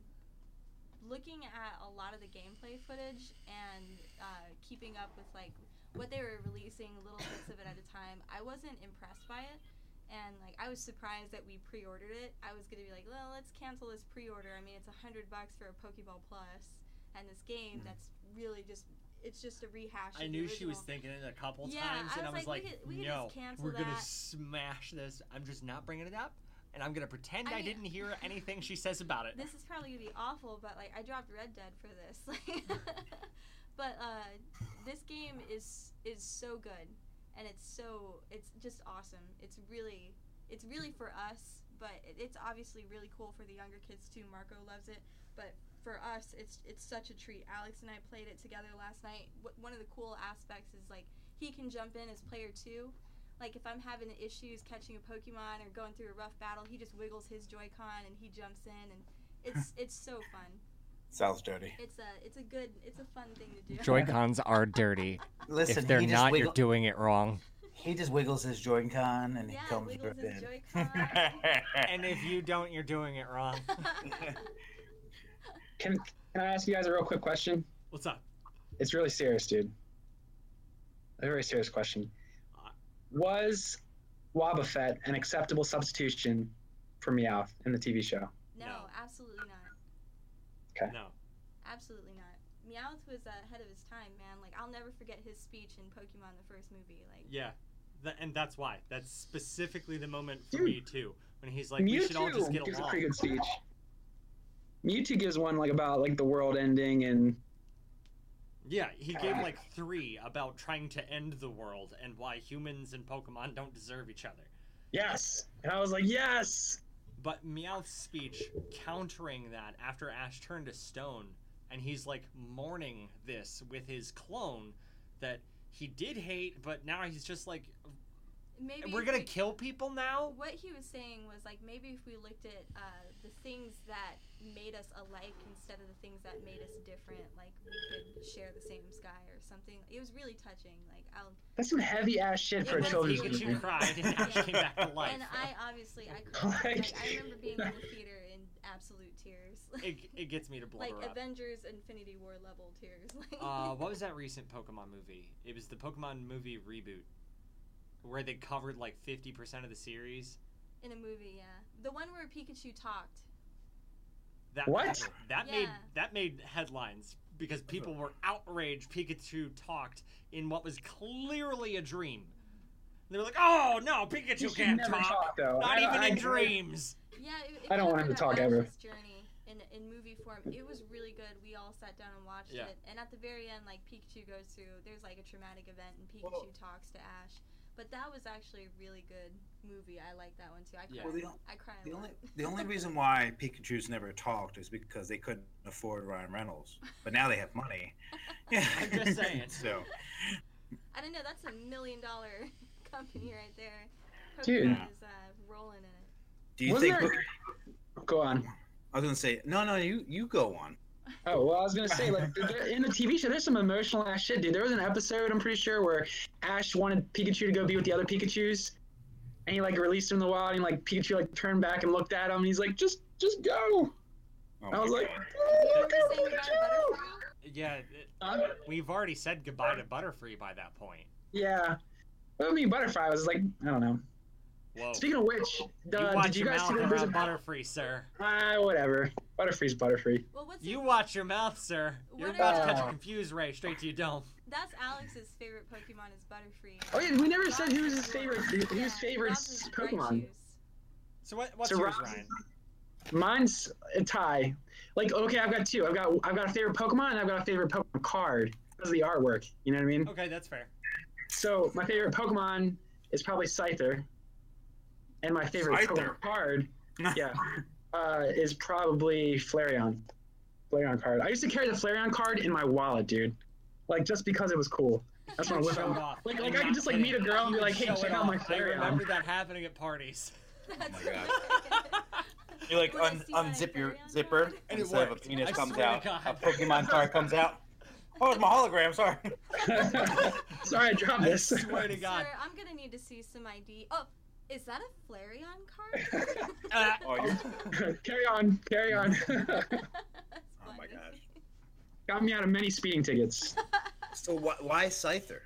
[SPEAKER 4] looking at a lot of the gameplay footage and uh, keeping up with like what they were releasing, little bits of it at a time, I wasn't impressed by it. And like I was surprised that we pre-ordered it. I was gonna be like, well, let's cancel this pre-order. I mean, it's a hundred bucks for a Pokeball Plus, and this game
[SPEAKER 1] Mhm.
[SPEAKER 4] that's really just it's just a rehash.
[SPEAKER 3] Mm-hmm. I
[SPEAKER 4] of the
[SPEAKER 3] knew she was
[SPEAKER 4] original.
[SPEAKER 3] thinking it a couple
[SPEAKER 4] Yeah,
[SPEAKER 3] times,
[SPEAKER 4] I
[SPEAKER 3] and I
[SPEAKER 4] was
[SPEAKER 3] was
[SPEAKER 4] like,
[SPEAKER 3] like,
[SPEAKER 4] we could- we could
[SPEAKER 3] no,
[SPEAKER 4] just cancel
[SPEAKER 3] we're gonna
[SPEAKER 4] that."
[SPEAKER 3] smash this. I'm just not bringing it up, and I'm gonna pretend
[SPEAKER 4] I
[SPEAKER 3] I,
[SPEAKER 4] mean-
[SPEAKER 3] didn't hear anything she says about it.
[SPEAKER 4] this is probably gonna be awful, but like I dropped Red Dead for this. Like, but uh, this game is is so good, and it's so it's just awesome. It's really it's really for us, but it, it's obviously really cool for the younger kids too. Marco loves it, but for us, it's it's such a treat. Alex and I played it together last night. Wh- one of the cool aspects is like he can jump in as player two. Like if I'm having issues catching a Pokemon or going through a rough battle, he just wiggles his Joy-Con and he jumps in, and it's it's so fun.
[SPEAKER 1] Sounds dirty.
[SPEAKER 4] It's a it's a good it's a fun thing to do.
[SPEAKER 5] Joy Cons are dirty. if they're not, you're doing it wrong.
[SPEAKER 1] he just wiggles his Joy-Con and
[SPEAKER 4] yeah,
[SPEAKER 1] he
[SPEAKER 4] it
[SPEAKER 1] comes
[SPEAKER 4] wiggles
[SPEAKER 1] right
[SPEAKER 4] his
[SPEAKER 1] in.
[SPEAKER 4] Joy-Con.
[SPEAKER 3] and if you don't, you're doing it wrong.
[SPEAKER 2] Can Can I ask you guys a real quick question?
[SPEAKER 3] What's up?
[SPEAKER 2] It's really serious, dude. A very serious question. Was Wobbuffet an acceptable substitution for Meowth in the TV show?
[SPEAKER 4] no,
[SPEAKER 3] No.
[SPEAKER 4] absolutely not.
[SPEAKER 2] Okay.
[SPEAKER 3] No.
[SPEAKER 4] Absolutely not. Meowth was ahead of his time, man. Like I'll never forget his speech in Pokemon the first movie. Like
[SPEAKER 3] Yeah. Tha- and that's why. That's specifically the moment for
[SPEAKER 2] Dude.
[SPEAKER 3] me too, when he's like, "We should all just get
[SPEAKER 2] Mewtwo gives a
[SPEAKER 3] along."
[SPEAKER 2] pretty good speech. Mewtwo gives one like about like the world ending and
[SPEAKER 3] Yeah, he gave like three about trying to end the world and why humans and Pokemon don't deserve each other.
[SPEAKER 2] yes, and I was like yes.
[SPEAKER 3] But Meowth's speech countering that after Ash turned to stone, and he's like mourning this with his clone that he did hate, but now he's just like,
[SPEAKER 4] maybe
[SPEAKER 3] we're
[SPEAKER 4] if
[SPEAKER 3] gonna
[SPEAKER 4] we-
[SPEAKER 3] kill people now?
[SPEAKER 4] What he was saying was like maybe if we looked at uh, the things that made us alike instead of the things that made us different, like we could share the same sky or something. It was really touching. Like I'll
[SPEAKER 2] That's some heavy ass shit for a
[SPEAKER 4] was
[SPEAKER 2] children's
[SPEAKER 4] huge.
[SPEAKER 2] movie.
[SPEAKER 3] Pikachu cried and Ash came back to life.
[SPEAKER 4] and I obviously I couldn't. Like, I remember being in the theater in absolute tears,
[SPEAKER 3] It, it gets me to blubber
[SPEAKER 4] like
[SPEAKER 3] up.
[SPEAKER 4] Avengers Infinity War level tears. Like,
[SPEAKER 3] Uh, what was that recent Pokemon movie? It was the Pokemon movie reboot, where they covered like fifty percent of the series.
[SPEAKER 4] in a movie, yeah, the one where Pikachu talked.
[SPEAKER 3] That
[SPEAKER 2] What?
[SPEAKER 3] That made
[SPEAKER 4] Yeah.
[SPEAKER 3] that made headlines because people were outraged. Pikachu talked in what was clearly a dream. They were like, "Oh no,
[SPEAKER 2] You
[SPEAKER 3] Pikachu
[SPEAKER 2] should
[SPEAKER 3] can't
[SPEAKER 2] never
[SPEAKER 3] talk!
[SPEAKER 2] talk, though.
[SPEAKER 3] Not
[SPEAKER 2] I don't-
[SPEAKER 3] even
[SPEAKER 2] I
[SPEAKER 3] in
[SPEAKER 2] agree.
[SPEAKER 3] dreams."
[SPEAKER 4] Yeah, it, it
[SPEAKER 2] I don't want him to
[SPEAKER 4] covered
[SPEAKER 2] talk ever.
[SPEAKER 4] Ash's Journey in, in movie form, it was really good. We all sat down and watched
[SPEAKER 3] Yeah.
[SPEAKER 4] it, and at the very end, like Pikachu goes through. There's like a traumatic event, and Pikachu
[SPEAKER 1] Well-
[SPEAKER 4] talks to Ash. But that was actually a really good movie. I like that one too. I
[SPEAKER 3] Yeah.
[SPEAKER 4] cried.
[SPEAKER 1] Well, the,
[SPEAKER 4] I cried. a
[SPEAKER 1] the
[SPEAKER 4] lot.
[SPEAKER 1] only the only reason why Pikachu's never talked is because they couldn't afford Ryan Reynolds, but now they have money. Yeah.
[SPEAKER 3] I'm just saying.
[SPEAKER 1] so
[SPEAKER 4] I don't know. That's a million dollar company right there. Pokemon
[SPEAKER 2] Dude.
[SPEAKER 4] is uh, rolling in it.
[SPEAKER 1] do you
[SPEAKER 2] Wasn't
[SPEAKER 1] think?
[SPEAKER 2] there- Go on.
[SPEAKER 1] I was gonna say no, no. You you go on.
[SPEAKER 2] Oh well, I was gonna say like th- th- in the TV show, there's some emotional ass shit, dude. There was an episode I'm pretty sure where Ash wanted Pikachu to go be with the other Pikachu's, and he like released him in the wild, and like Pikachu like turned back and looked at him, and he's like, just just go.
[SPEAKER 1] Oh
[SPEAKER 2] I was
[SPEAKER 1] my
[SPEAKER 2] like,
[SPEAKER 1] God.
[SPEAKER 2] "Oh,
[SPEAKER 4] You
[SPEAKER 2] look
[SPEAKER 4] were
[SPEAKER 2] how
[SPEAKER 4] saying
[SPEAKER 2] cute."
[SPEAKER 4] about Butterfree?
[SPEAKER 3] Yeah, it-
[SPEAKER 2] Huh?
[SPEAKER 3] we've already said goodbye to Butterfree by that point.
[SPEAKER 2] Yeah. But I mean, Butterfly was like, I don't know.
[SPEAKER 3] Whoa.
[SPEAKER 2] Speaking of which,
[SPEAKER 3] Oh. you
[SPEAKER 2] uh,
[SPEAKER 3] watch
[SPEAKER 2] did you
[SPEAKER 3] your
[SPEAKER 2] guys see
[SPEAKER 3] mouth
[SPEAKER 2] that there's a
[SPEAKER 3] around Butterfree, sir.
[SPEAKER 2] Ah, whatever. Butterfree's Butterfree.
[SPEAKER 4] Well, what's
[SPEAKER 3] You
[SPEAKER 4] his-
[SPEAKER 3] watch your mouth, sir. You're
[SPEAKER 4] What
[SPEAKER 3] about to
[SPEAKER 2] are-
[SPEAKER 3] catch a confused ray straight to your dome.
[SPEAKER 4] that's Alex's favorite Pokemon is Butterfree.
[SPEAKER 2] Oh yeah, we never said
[SPEAKER 4] Rob's
[SPEAKER 2] who was his favorite. Who's
[SPEAKER 4] Yeah,
[SPEAKER 2] favorite
[SPEAKER 4] Rob's is
[SPEAKER 2] Pokemon?
[SPEAKER 4] Raichu's.
[SPEAKER 3] So what, what's
[SPEAKER 2] So
[SPEAKER 3] yours,
[SPEAKER 2] Rob's-
[SPEAKER 3] Ryan?
[SPEAKER 2] Mine's a tie. Like, okay, I've got two. I've got I've got a favorite Pokemon and I've got a favorite Pokemon card. Because of the artwork. You know what I mean?
[SPEAKER 3] Okay, that's fair.
[SPEAKER 2] So my favorite Pokemon is probably Scyther. And my favorite
[SPEAKER 1] Scyther?
[SPEAKER 2] Pokemon card, yeah, uh, is probably Flareon. Flareon card. I used to carry the Flareon card in my wallet, dude. Like just because it was cool. That's what I was.
[SPEAKER 3] Show it off.
[SPEAKER 2] Like,
[SPEAKER 3] I'm
[SPEAKER 2] like I
[SPEAKER 3] not
[SPEAKER 2] could just like
[SPEAKER 3] kidding.
[SPEAKER 2] meet a girl and be like, hey,
[SPEAKER 3] Show
[SPEAKER 2] check
[SPEAKER 3] it
[SPEAKER 2] out
[SPEAKER 3] off.
[SPEAKER 2] my
[SPEAKER 3] I remember
[SPEAKER 2] Flareon.
[SPEAKER 3] that happening at parties.
[SPEAKER 4] That's
[SPEAKER 1] Oh my God.
[SPEAKER 6] You like
[SPEAKER 4] When I
[SPEAKER 6] un-
[SPEAKER 4] see my
[SPEAKER 6] unzip your
[SPEAKER 4] Flareon
[SPEAKER 6] zipper,
[SPEAKER 4] card.
[SPEAKER 3] And it
[SPEAKER 6] instead of a
[SPEAKER 3] worked.
[SPEAKER 6] penis
[SPEAKER 3] I
[SPEAKER 6] comes
[SPEAKER 3] swear to
[SPEAKER 6] out, a
[SPEAKER 3] God.
[SPEAKER 6] Pokemon card comes out. Oh, it's my hologram. Sorry.
[SPEAKER 2] Sorry, I dropped
[SPEAKER 3] I
[SPEAKER 2] this.
[SPEAKER 3] swear to God.
[SPEAKER 4] Sir, I'm gonna need to see some ID. Oh, is that a Flareon card?
[SPEAKER 3] Uh,
[SPEAKER 6] Oh, you're-
[SPEAKER 2] carry on, carry on.
[SPEAKER 4] That's
[SPEAKER 1] Oh my
[SPEAKER 4] funny.
[SPEAKER 1] gosh.
[SPEAKER 2] Got me out of many speeding tickets.
[SPEAKER 1] So why, why Scyther?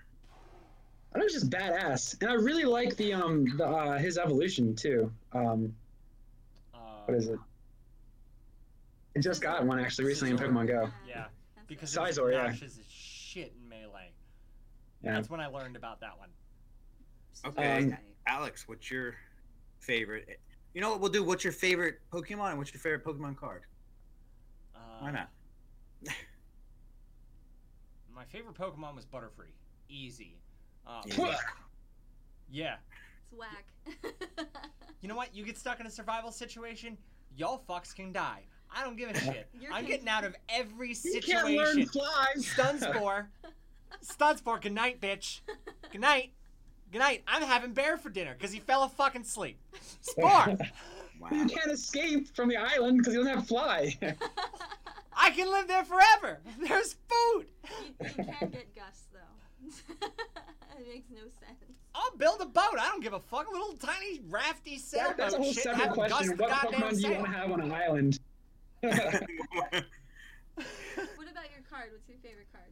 [SPEAKER 2] I was just badass, and I really like the um the uh, his evolution too. Um,
[SPEAKER 3] Uh,
[SPEAKER 2] what is it? I just got one actually recently in Pokemon Go.
[SPEAKER 3] Yeah,
[SPEAKER 4] that's
[SPEAKER 3] Because
[SPEAKER 4] it.
[SPEAKER 3] it was
[SPEAKER 2] Sizor, yeah.
[SPEAKER 3] obnoxious as shit in Melee.
[SPEAKER 2] Yeah.
[SPEAKER 3] That's when I learned about that one.
[SPEAKER 1] Okay.
[SPEAKER 2] Um,
[SPEAKER 1] Alex, what's your favorite? You know what we'll do? What's your favorite Pokemon and what's your favorite Pokemon card?
[SPEAKER 3] Uh,
[SPEAKER 1] Why not?
[SPEAKER 3] My favorite Pokemon was Butterfree. Easy. Um,
[SPEAKER 1] Yeah.
[SPEAKER 3] yeah.
[SPEAKER 4] It's whack.
[SPEAKER 3] You know what? You get stuck in a survival situation, y'all fucks can die. I don't give a shit.
[SPEAKER 4] You're
[SPEAKER 3] I'm
[SPEAKER 4] con-
[SPEAKER 3] getting out of every
[SPEAKER 2] You can't learn
[SPEAKER 3] situation.
[SPEAKER 2] fly.
[SPEAKER 3] Stun Spore. Stun Spore, good night, bitch. Good night. Good night. I'm having bear for dinner because he fell a fucking sleep. Spore,
[SPEAKER 1] Wow.
[SPEAKER 2] You can't escape from the island because you don't have fly.
[SPEAKER 3] I can live there forever. There's food.
[SPEAKER 4] you, you can get Gus though. it makes no sense.
[SPEAKER 3] I'll build a boat. I don't give a fuck. A little tiny rafty
[SPEAKER 2] That-
[SPEAKER 3] sailboat.
[SPEAKER 2] that's a whole
[SPEAKER 3] shit.
[SPEAKER 2] separate
[SPEAKER 3] Have Gus
[SPEAKER 2] question.
[SPEAKER 3] the
[SPEAKER 2] What
[SPEAKER 3] goddamn
[SPEAKER 2] Pokemon do you
[SPEAKER 3] sail.
[SPEAKER 2] want to have on an island?
[SPEAKER 4] What about your card? What's your favorite card?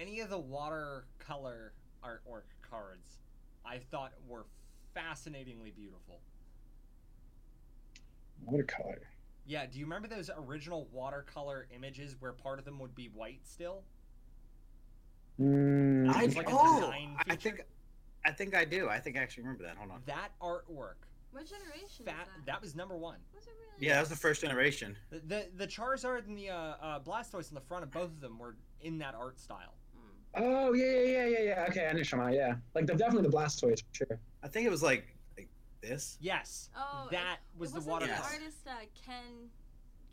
[SPEAKER 3] any of the watercolor artwork cards I thought were fascinatingly beautiful.
[SPEAKER 2] Watercolor.
[SPEAKER 3] Yeah, do you remember those original watercolor images where part of them would be white still?
[SPEAKER 2] Mm,
[SPEAKER 1] I,
[SPEAKER 3] It's like a
[SPEAKER 1] oh,
[SPEAKER 3] design
[SPEAKER 1] I
[SPEAKER 3] feature.
[SPEAKER 1] think, I think I do. I think I actually remember that. Hold on.
[SPEAKER 3] That artwork,
[SPEAKER 4] What generation
[SPEAKER 3] fat,
[SPEAKER 4] is that?
[SPEAKER 3] that was number one.
[SPEAKER 4] was it really?
[SPEAKER 1] Yeah, that was the first generation.
[SPEAKER 3] The, the the Charizard and the uh, uh, Blastoise in the front of both of them were in that art style.
[SPEAKER 4] Mm.
[SPEAKER 2] Oh yeah, yeah, yeah, yeah, yeah. Okay, I know Shama. Yeah, like the, definitely the Blastoise for sure.
[SPEAKER 1] I think it was like, like this.
[SPEAKER 3] Yes,
[SPEAKER 4] Oh, it-
[SPEAKER 3] that
[SPEAKER 4] it
[SPEAKER 3] was the
[SPEAKER 4] wasn't
[SPEAKER 3] watercolor.
[SPEAKER 1] Yes.
[SPEAKER 4] artist uh, Ken,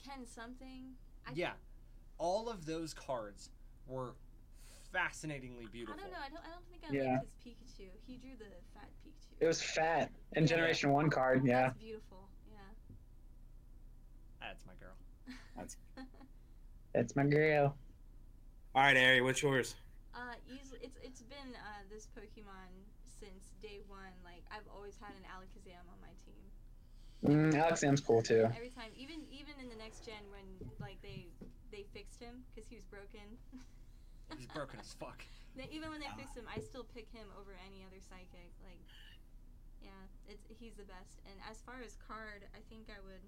[SPEAKER 4] Ken something. I
[SPEAKER 3] Yeah, all of those cards were fascinatingly
[SPEAKER 4] I
[SPEAKER 3] beautiful.
[SPEAKER 4] don't know. I don't. I don't think I
[SPEAKER 2] Yeah.
[SPEAKER 4] liked his Pikachu. He drew the fat Pikachu.
[SPEAKER 2] It was fat and
[SPEAKER 4] Yeah.
[SPEAKER 2] Generation One card. Yeah.
[SPEAKER 4] That's beautiful. Yeah.
[SPEAKER 3] That's my girl.
[SPEAKER 2] That's my girl.
[SPEAKER 1] All right, Ari, what's yours?
[SPEAKER 4] Uh, easily, it's it's been uh, this Pokemon since day one. Like I've always had an Alakazam on my team.
[SPEAKER 2] Mm, Alex M's cool too.
[SPEAKER 4] Every time, even even in the next gen when like they they fixed him because he was broken.
[SPEAKER 3] He's broken as fuck.
[SPEAKER 4] They- even when they fixed him, I still pick him over any other psychic. Like, yeah, it's he's the best. And as far as card, I think I would.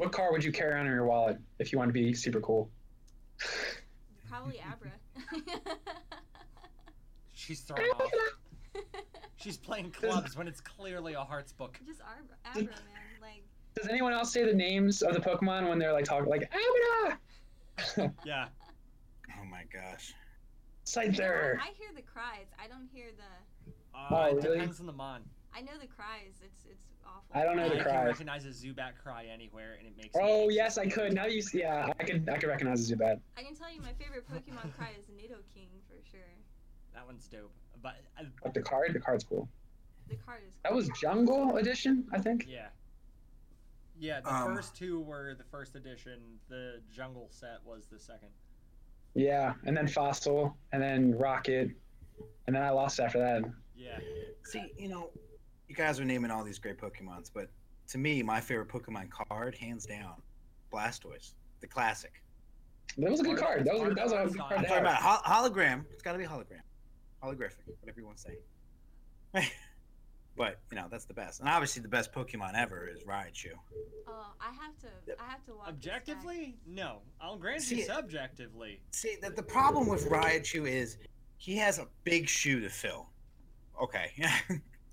[SPEAKER 2] What
[SPEAKER 4] Jeez.
[SPEAKER 2] card would you carry on in your wallet if you want to be super cool?
[SPEAKER 4] Probably Abra.
[SPEAKER 3] She's thrown off. She's playing clubs when it's clearly a hearts book.
[SPEAKER 4] Just Abra, Abra, man. Like,
[SPEAKER 2] Does anyone else say the names of the Pokemon when they're like talking like Abra,
[SPEAKER 3] Yeah.
[SPEAKER 1] Oh my gosh.
[SPEAKER 2] Scyther?
[SPEAKER 4] I hear the cries. I don't hear the.
[SPEAKER 3] Uh,
[SPEAKER 2] Oh,
[SPEAKER 3] it
[SPEAKER 2] really?
[SPEAKER 3] depends on the mon.
[SPEAKER 4] I know the cries. It's it's awful.
[SPEAKER 2] I don't know
[SPEAKER 3] I
[SPEAKER 2] the
[SPEAKER 3] can
[SPEAKER 2] cry.
[SPEAKER 3] recognize a Zubat cry anywhere, and it makes. me
[SPEAKER 2] Oh
[SPEAKER 3] anxious.
[SPEAKER 2] yes, I could. Now you, yeah, I could. I could recognize Zubat.
[SPEAKER 4] I can tell you my favorite Pokemon cry is Nidoking for sure.
[SPEAKER 3] That one's dope. But uh,
[SPEAKER 2] Like the card, the card's cool.
[SPEAKER 4] The card is.
[SPEAKER 2] That was Jungle Edition, I think.
[SPEAKER 3] yeah, yeah. The
[SPEAKER 1] Um.
[SPEAKER 3] first two were the first edition. The jungle set was the second.
[SPEAKER 2] Yeah, and then Fossil, and then Rocket, and then I lost after that.
[SPEAKER 3] Yeah.
[SPEAKER 1] See, you know, you guys are naming all these great Pokemons, but to me, my favorite Pokemon card, hands down, Blastoise, the classic.
[SPEAKER 2] That was a good
[SPEAKER 3] Part of
[SPEAKER 2] card.
[SPEAKER 3] it-
[SPEAKER 2] That was,
[SPEAKER 3] part of
[SPEAKER 2] that was a
[SPEAKER 3] it
[SPEAKER 2] good
[SPEAKER 3] was
[SPEAKER 2] card.
[SPEAKER 3] on-
[SPEAKER 1] I'm
[SPEAKER 2] to
[SPEAKER 1] talking
[SPEAKER 2] have.
[SPEAKER 1] about hol- hologram. It's got to be hologram, holographic, whatever you want to say. but you know that's the best, and obviously the best Pokemon ever is Raichu.
[SPEAKER 4] Oh, I have to. I have to walk. this back.
[SPEAKER 3] Objectively, no. I'll grant
[SPEAKER 1] See,
[SPEAKER 3] you subjectively.
[SPEAKER 1] See, the, the problem with Raichu is he has a big shoe to fill. Okay.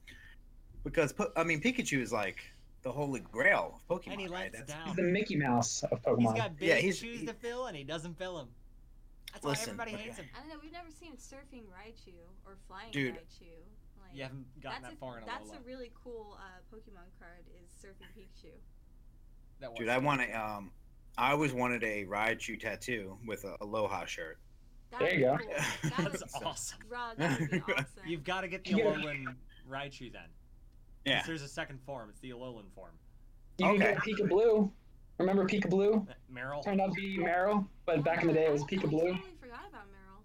[SPEAKER 1] because, Po- I mean, Pikachu is like the holy grail of Pokemon.
[SPEAKER 3] And he
[SPEAKER 1] right?
[SPEAKER 3] lets
[SPEAKER 1] That's-
[SPEAKER 3] down.
[SPEAKER 2] He's the Mickey Mouse of Pokemon.
[SPEAKER 3] He's got big
[SPEAKER 1] Yeah, he's-
[SPEAKER 3] shoes
[SPEAKER 1] he-
[SPEAKER 3] to fill, and he doesn't fill them. That's
[SPEAKER 1] Listen,
[SPEAKER 3] why everybody
[SPEAKER 1] okay.
[SPEAKER 3] hates him.
[SPEAKER 4] I don't know. We've never seen surfing Raichu or flying
[SPEAKER 1] Dude.
[SPEAKER 4] Raichu. Like,
[SPEAKER 3] You haven't gotten
[SPEAKER 4] that's
[SPEAKER 3] that
[SPEAKER 4] a,
[SPEAKER 3] far in a
[SPEAKER 4] That's
[SPEAKER 3] little
[SPEAKER 4] a
[SPEAKER 3] while.
[SPEAKER 4] really cool uh, Pokemon card. Is surfing Pikachu.
[SPEAKER 3] That was-
[SPEAKER 1] Dude, I want to, um, I always wanted a Raichu tattoo with a Aloha shirt.
[SPEAKER 4] That
[SPEAKER 2] There you
[SPEAKER 4] would be
[SPEAKER 2] go.
[SPEAKER 4] Cool. That
[SPEAKER 3] That's
[SPEAKER 4] would,
[SPEAKER 1] So-
[SPEAKER 3] awesome.
[SPEAKER 4] Rob, that would be awesome.
[SPEAKER 3] You've got to get the
[SPEAKER 2] You get a-
[SPEAKER 3] Alolan Raichu then. 'Cause
[SPEAKER 1] Yeah.
[SPEAKER 3] There's a second form. It's the Alolan form.
[SPEAKER 2] You can get
[SPEAKER 1] Okay.
[SPEAKER 2] Pika Blue. Remember Pika Blue?
[SPEAKER 3] That- Uh, Meryl.
[SPEAKER 2] Turned out to be Meryl, but back in the day it was
[SPEAKER 4] I-
[SPEAKER 2] Pika
[SPEAKER 4] I
[SPEAKER 2] Blue.
[SPEAKER 4] totally forgot about Meryl.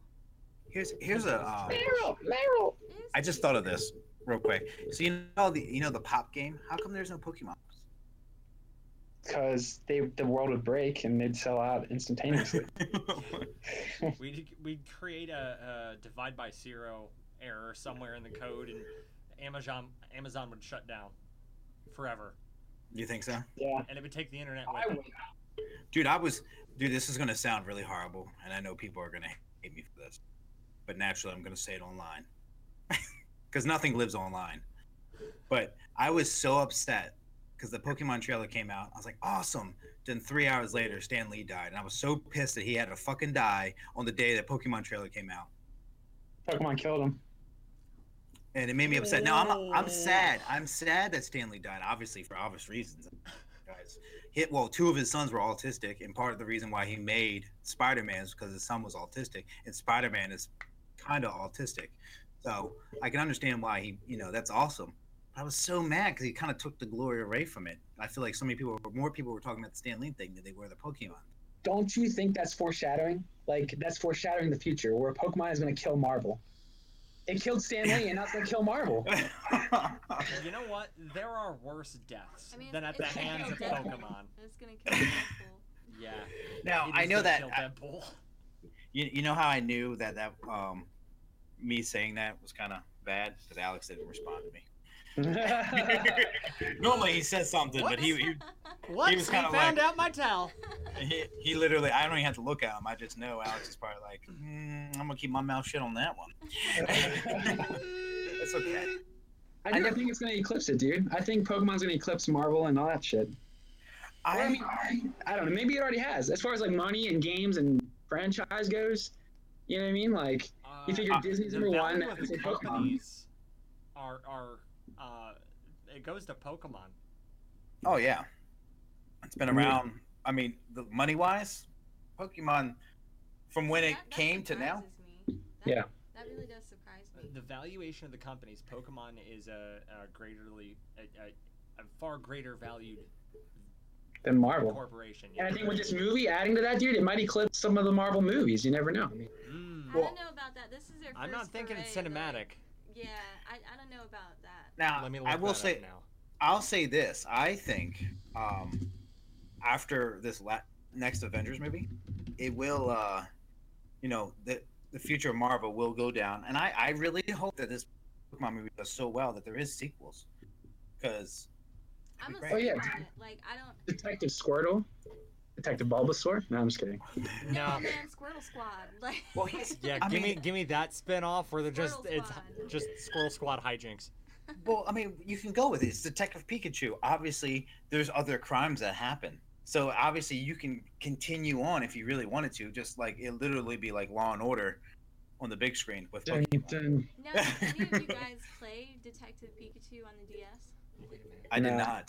[SPEAKER 1] Here's, here's a, um,
[SPEAKER 2] Meryl.
[SPEAKER 4] It is
[SPEAKER 1] I just
[SPEAKER 4] cute.
[SPEAKER 1] thought of this real quick. So, you know, the, you know, the pop game, how come there's no Pokemon?
[SPEAKER 2] Because they the world would break and they'd sell out instantaneously.
[SPEAKER 3] We'd, we'd create a, a divide by zero error somewhere in the code, and Amazon Amazon would shut down forever,
[SPEAKER 1] you think so?
[SPEAKER 2] yeah,
[SPEAKER 3] and it would take the internet.
[SPEAKER 2] I
[SPEAKER 3] With
[SPEAKER 2] would.
[SPEAKER 3] it.
[SPEAKER 1] Dude, I was dude, this is gonna sound really horrible, and I know people are gonna hate me for this. But naturally I'm gonna say it online. Cause nothing lives online. But I was so upset because the Pokemon trailer came out. I was like, awesome. Then three hours later, Stan Lee died, and I was so pissed that he had to fucking die on the day that Pokemon trailer came out.
[SPEAKER 2] Pokemon killed him.
[SPEAKER 1] And it made me upset. No, I'm I'm sad. I'm sad that Stanley died, obviously for obvious reasons. Guys, hit well. Two of his sons were autistic, and part of the reason why he made Spider-Man is because his son was autistic, and Spider-Man is kind of autistic. So I can understand why he, you know, that's awesome. But I was so mad because he kind of took the glory away from it. I feel like so many people, more people, were talking about the Stan Lee thing than they were the Pokemon.
[SPEAKER 2] Don't you think that's foreshadowing? Like that's foreshadowing the future where Pokemon is gonna kill Marvel. It killed Stan Lee and now it's gonna kill Marvel.
[SPEAKER 3] You know what? There are worse deaths
[SPEAKER 4] I mean,
[SPEAKER 3] than at
[SPEAKER 4] it's-
[SPEAKER 3] the
[SPEAKER 4] it's gonna
[SPEAKER 3] hands
[SPEAKER 4] kill
[SPEAKER 3] of
[SPEAKER 4] Deadpool.
[SPEAKER 3] Pokemon.
[SPEAKER 4] It's gonna kill Deadpool.
[SPEAKER 3] Yeah.
[SPEAKER 1] now
[SPEAKER 3] it
[SPEAKER 1] I
[SPEAKER 3] is
[SPEAKER 1] know
[SPEAKER 3] gonna
[SPEAKER 1] that
[SPEAKER 3] kill Deadpool.
[SPEAKER 1] You, you know how I knew that that um, me saying that was kind of bad because Alex didn't respond to me. Normally he says something, but he, he
[SPEAKER 3] What?
[SPEAKER 1] was
[SPEAKER 3] We
[SPEAKER 1] kinda
[SPEAKER 3] found
[SPEAKER 1] like-
[SPEAKER 3] out my towel.
[SPEAKER 1] he he literally I don't even have to look at him. I just know Alex is probably like, mm, I'm gonna keep my mouth shut on that one. it's okay.
[SPEAKER 2] I, do, I think it's gonna eclipse it, dude. I think Pokemon's gonna eclipse Marvel and all that shit. Or, I,
[SPEAKER 1] I
[SPEAKER 2] mean, I don't know. Maybe it already has. As far as like money and games and franchise goes, you know what I mean? Like you figure
[SPEAKER 1] uh,
[SPEAKER 2] Disney's
[SPEAKER 3] the
[SPEAKER 2] number one,
[SPEAKER 3] value of
[SPEAKER 2] and
[SPEAKER 3] the
[SPEAKER 2] say Pokemon.
[SPEAKER 3] companies are are uh, it goes to Pokemon.
[SPEAKER 1] oh yeah, it's been around. I mean, the money wise, Pokemon from when it
[SPEAKER 4] That- that
[SPEAKER 1] came to now.
[SPEAKER 4] surprises me. That-
[SPEAKER 2] Yeah.
[SPEAKER 4] That really does surprise me.
[SPEAKER 3] The valuation of the companies, Pokemon is a, a greaterly a, a, a far greater valued
[SPEAKER 2] Than Marvel.
[SPEAKER 3] corporation.
[SPEAKER 2] And I think with this movie adding to that, dude, it might eclipse some of the Marvel movies. You never know. I mean,
[SPEAKER 3] Mm.
[SPEAKER 4] I
[SPEAKER 1] Well-
[SPEAKER 4] don't know about that. This is their.
[SPEAKER 3] I'm not
[SPEAKER 4] first
[SPEAKER 3] thinking it's
[SPEAKER 4] foray, but,
[SPEAKER 3] cinematic.
[SPEAKER 4] like, yeah, I, I don't know about that.
[SPEAKER 2] Uh,
[SPEAKER 1] Now
[SPEAKER 3] Let me look
[SPEAKER 1] I will
[SPEAKER 3] that
[SPEAKER 1] say
[SPEAKER 3] up now.
[SPEAKER 1] I'll say this. I think um, after this la- next Avengers movie, it will, uh, you know, the the future of Marvel will go down, and I I really hope that this Pokemon movie does so well that there is sequels, because
[SPEAKER 4] I'm a
[SPEAKER 1] Right.
[SPEAKER 2] Oh, yeah.
[SPEAKER 4] on it. Like I don't.
[SPEAKER 2] Detective Squirtle, Detective Bulbasaur. No, I'm just kidding.
[SPEAKER 4] No,
[SPEAKER 3] No.
[SPEAKER 4] man, Squirtle Squad. Like.
[SPEAKER 1] Well, he's-
[SPEAKER 3] Yeah,
[SPEAKER 1] I
[SPEAKER 3] give
[SPEAKER 1] mean-
[SPEAKER 3] me give me that spin off where they're just
[SPEAKER 4] Squirrel
[SPEAKER 3] it's
[SPEAKER 4] Squad.
[SPEAKER 3] just Squirrel Squad hijinks.
[SPEAKER 1] well, I mean, you can go with it. It's Detective Pikachu. Obviously, there's other crimes that happen, so obviously you can continue on if you really wanted to. Just like it literally be like Law and Order on the big screen with
[SPEAKER 2] Dun,
[SPEAKER 1] Pokemon.
[SPEAKER 2] dun.
[SPEAKER 4] Now, did any of you guys play Detective Pikachu on the DS?
[SPEAKER 1] I did
[SPEAKER 2] No.
[SPEAKER 1] not.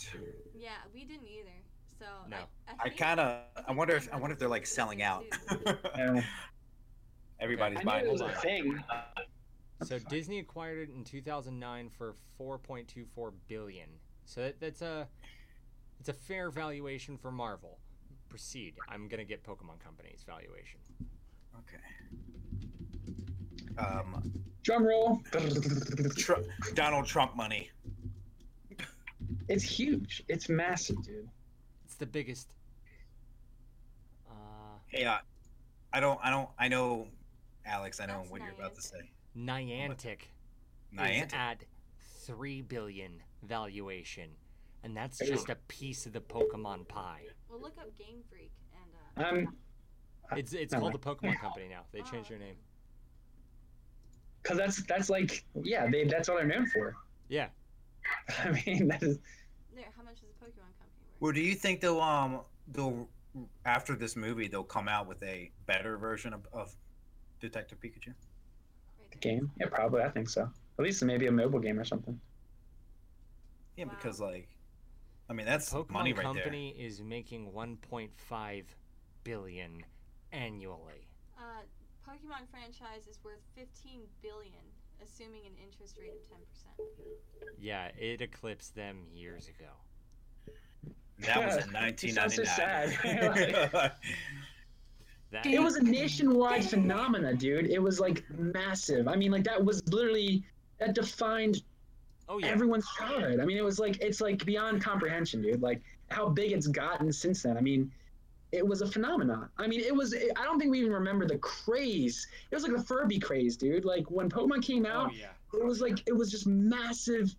[SPEAKER 4] Yeah, we didn't either. So
[SPEAKER 3] No.
[SPEAKER 4] I,
[SPEAKER 1] I
[SPEAKER 4] think-
[SPEAKER 1] kind of. I
[SPEAKER 4] think
[SPEAKER 1] wonder
[SPEAKER 4] they
[SPEAKER 1] if I
[SPEAKER 4] might
[SPEAKER 1] wonder if
[SPEAKER 4] be
[SPEAKER 1] they're like
[SPEAKER 4] doing
[SPEAKER 1] selling
[SPEAKER 4] it
[SPEAKER 1] out.
[SPEAKER 4] too.
[SPEAKER 2] Yeah.
[SPEAKER 1] Everybody's
[SPEAKER 2] I knew
[SPEAKER 1] buying.
[SPEAKER 2] it was
[SPEAKER 1] Hold
[SPEAKER 2] a
[SPEAKER 1] on.
[SPEAKER 2] thing.
[SPEAKER 5] So Disney acquired it in 2009 for 4.24 billion. So that, that's a it's a fair valuation for Marvel. Proceed. I'm gonna get Pokemon Company's valuation.
[SPEAKER 1] Okay. Um,
[SPEAKER 2] Drum roll.
[SPEAKER 1] Tru- Donald Trump money.
[SPEAKER 2] It's huge. It's massive, dude.
[SPEAKER 5] It's the biggest.
[SPEAKER 1] Hey, uh, I don't, I don't, I know, Alex. I know
[SPEAKER 4] That's
[SPEAKER 1] what you're about to
[SPEAKER 4] nice.
[SPEAKER 1] say.
[SPEAKER 5] Niantic is
[SPEAKER 1] Niantic.
[SPEAKER 5] at three billion valuation, and that's
[SPEAKER 2] Hey.
[SPEAKER 5] just a piece of the Pokemon pie.
[SPEAKER 4] Well, look up Game Freak and. Uh,
[SPEAKER 2] Um,
[SPEAKER 5] It's it's
[SPEAKER 2] Oh
[SPEAKER 5] called
[SPEAKER 2] my-
[SPEAKER 5] the Pokemon Company now. They
[SPEAKER 4] oh,
[SPEAKER 5] changed their name.
[SPEAKER 2] cause that's that's like yeah, they, that's what I'm known for.
[SPEAKER 5] Yeah,
[SPEAKER 2] I mean, that is
[SPEAKER 4] There, how much is the Pokemon Company worth?
[SPEAKER 1] Well, do you think they'll um they'll after this movie they'll come out with a better version of, of Detective Pikachu?
[SPEAKER 4] Right
[SPEAKER 2] a
[SPEAKER 4] there.
[SPEAKER 2] game. Yeah, probably. I think so. At least maybe a mobile game or something.
[SPEAKER 1] Yeah,
[SPEAKER 4] Wow.
[SPEAKER 1] because like, I mean that's
[SPEAKER 5] Pokemon
[SPEAKER 1] money right
[SPEAKER 5] Company is making 1.5 billion annually.
[SPEAKER 4] Uh, Pokemon franchise is worth 15 billion, assuming an interest rate of 10%.
[SPEAKER 5] Yeah, it eclipsed them years ago.
[SPEAKER 1] there. That was in
[SPEAKER 2] It sounds so
[SPEAKER 1] 1999.
[SPEAKER 5] That
[SPEAKER 2] It was a nationwide phenomena, dude. It was like massive. I mean, like that was literally that defined
[SPEAKER 5] oh yeah,
[SPEAKER 2] everyone's childhood. I mean, it was like it's like beyond comprehension, dude. Like how big it's gotten since then. I mean, it was a phenomenon. I mean, it was. I don't think we even remember the craze. It was like the Furby craze, dude. Like when Pokemon came
[SPEAKER 3] Oh
[SPEAKER 2] out,
[SPEAKER 3] yeah.
[SPEAKER 2] it was like it was just massive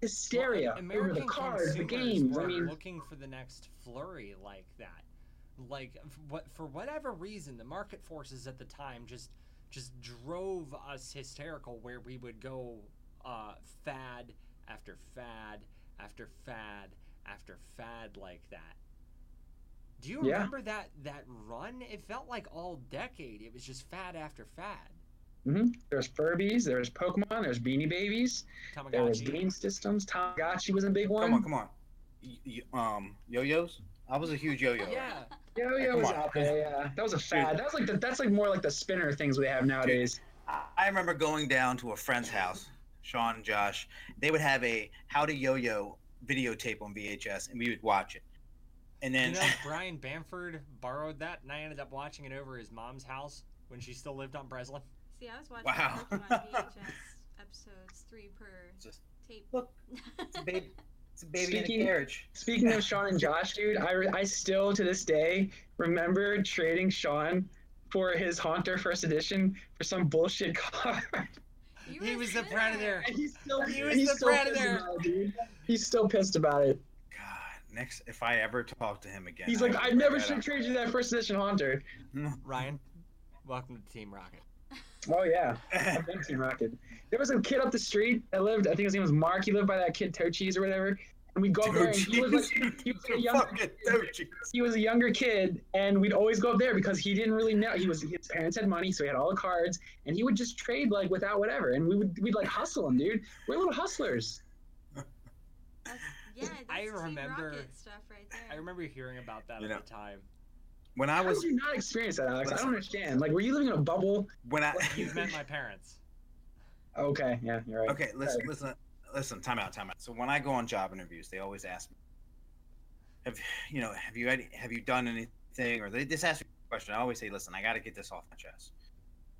[SPEAKER 2] hysteria
[SPEAKER 3] Well,
[SPEAKER 2] over the cards, the
[SPEAKER 3] consumers
[SPEAKER 2] games. I
[SPEAKER 3] were
[SPEAKER 2] mean,
[SPEAKER 3] looking for the next flurry like that. Like f- what for whatever reason, the market forces at the time just just drove us hysterical, where we would go uh, fad after fad after fad after fad like that. Do you
[SPEAKER 2] Yeah.
[SPEAKER 3] remember that that run? It felt like all decade. It was just fad after fad.
[SPEAKER 2] there's Furbies, there's Pokemon, there's Beanie Babies, there was
[SPEAKER 3] Tamagotchi.
[SPEAKER 2] game systems. Tamagotchi was a big one.
[SPEAKER 1] come on, come on. Y- y- um, yo-yos. I was a huge yo-yo.
[SPEAKER 3] Yeah.
[SPEAKER 2] Yo yo
[SPEAKER 1] Come
[SPEAKER 2] was
[SPEAKER 1] on.
[SPEAKER 2] out there. Yeah, that was a fad. That was like the, that's like more like the spinner things we have nowadays.
[SPEAKER 1] I I remember going down to a friend's house, Sean and Josh. They would have a How to Yo-Yo videotape on VHS, and we would watch it. And
[SPEAKER 3] You
[SPEAKER 1] then
[SPEAKER 3] know, Brian Bamford borrowed that, and I ended up watching it over his mom's house when she still lived on Breslin.
[SPEAKER 4] See, I was watching
[SPEAKER 1] Wow.
[SPEAKER 4] Pokemon VHS episodes, three per
[SPEAKER 1] Just-
[SPEAKER 4] tape.
[SPEAKER 1] look, it's a baby, it's a baby in
[SPEAKER 2] Speaking-
[SPEAKER 1] a carriage.
[SPEAKER 2] Speaking of Sean and Josh, dude, I, re- I still to this day remember trading Sean for his Haunter first edition for some bullshit card.
[SPEAKER 4] You
[SPEAKER 3] He
[SPEAKER 4] were
[SPEAKER 3] was the
[SPEAKER 4] good
[SPEAKER 3] predator.
[SPEAKER 4] there.
[SPEAKER 2] And he's still
[SPEAKER 3] He was
[SPEAKER 2] he's
[SPEAKER 3] the
[SPEAKER 2] still pissed
[SPEAKER 3] predator.
[SPEAKER 2] about it, dude. He's still pissed about it.
[SPEAKER 1] God, next if I ever talk to him again,
[SPEAKER 2] He's
[SPEAKER 1] I
[SPEAKER 2] like,
[SPEAKER 1] will
[SPEAKER 2] I
[SPEAKER 1] bring
[SPEAKER 2] never
[SPEAKER 1] that
[SPEAKER 2] should have
[SPEAKER 1] up."
[SPEAKER 2] traded you that first edition Haunter.
[SPEAKER 5] Ryan. Welcome to Team Rocket.
[SPEAKER 2] Oh yeah, I think Team Rocket. There was a kid up the street that lived. I think his name was Mark. He lived by that kid Tochi's or whatever. And we'd go up there, and he was like, he was a
[SPEAKER 1] Fucking
[SPEAKER 2] young
[SPEAKER 1] Doji.
[SPEAKER 2] he was a younger kid, and we'd always go up there because he didn't really know. He was his parents had money, so he had all the cards, and he would just trade like without whatever, and we would we'd like hustle him, dude. We're little hustlers.
[SPEAKER 4] That's, yeah, that's
[SPEAKER 3] I
[SPEAKER 4] Team
[SPEAKER 3] remember-
[SPEAKER 4] Rocket stuff right there.
[SPEAKER 3] I remember hearing about that
[SPEAKER 1] You
[SPEAKER 3] at
[SPEAKER 1] know.
[SPEAKER 3] the time.
[SPEAKER 1] When I
[SPEAKER 2] How
[SPEAKER 1] was
[SPEAKER 2] did you not experience that, Alex? I don't understand. Like, were you living in a bubble?
[SPEAKER 1] when I
[SPEAKER 3] You've met my parents.
[SPEAKER 2] Okay, yeah, you're right.
[SPEAKER 1] Okay, listen,
[SPEAKER 2] Sorry.
[SPEAKER 1] listen, listen. Time out, time out. So when I go on job interviews, they always ask me, "Have you know? Have you any- have you done anything?" Or they just ask me a question. I always say, "Listen, I got to get this off my chest."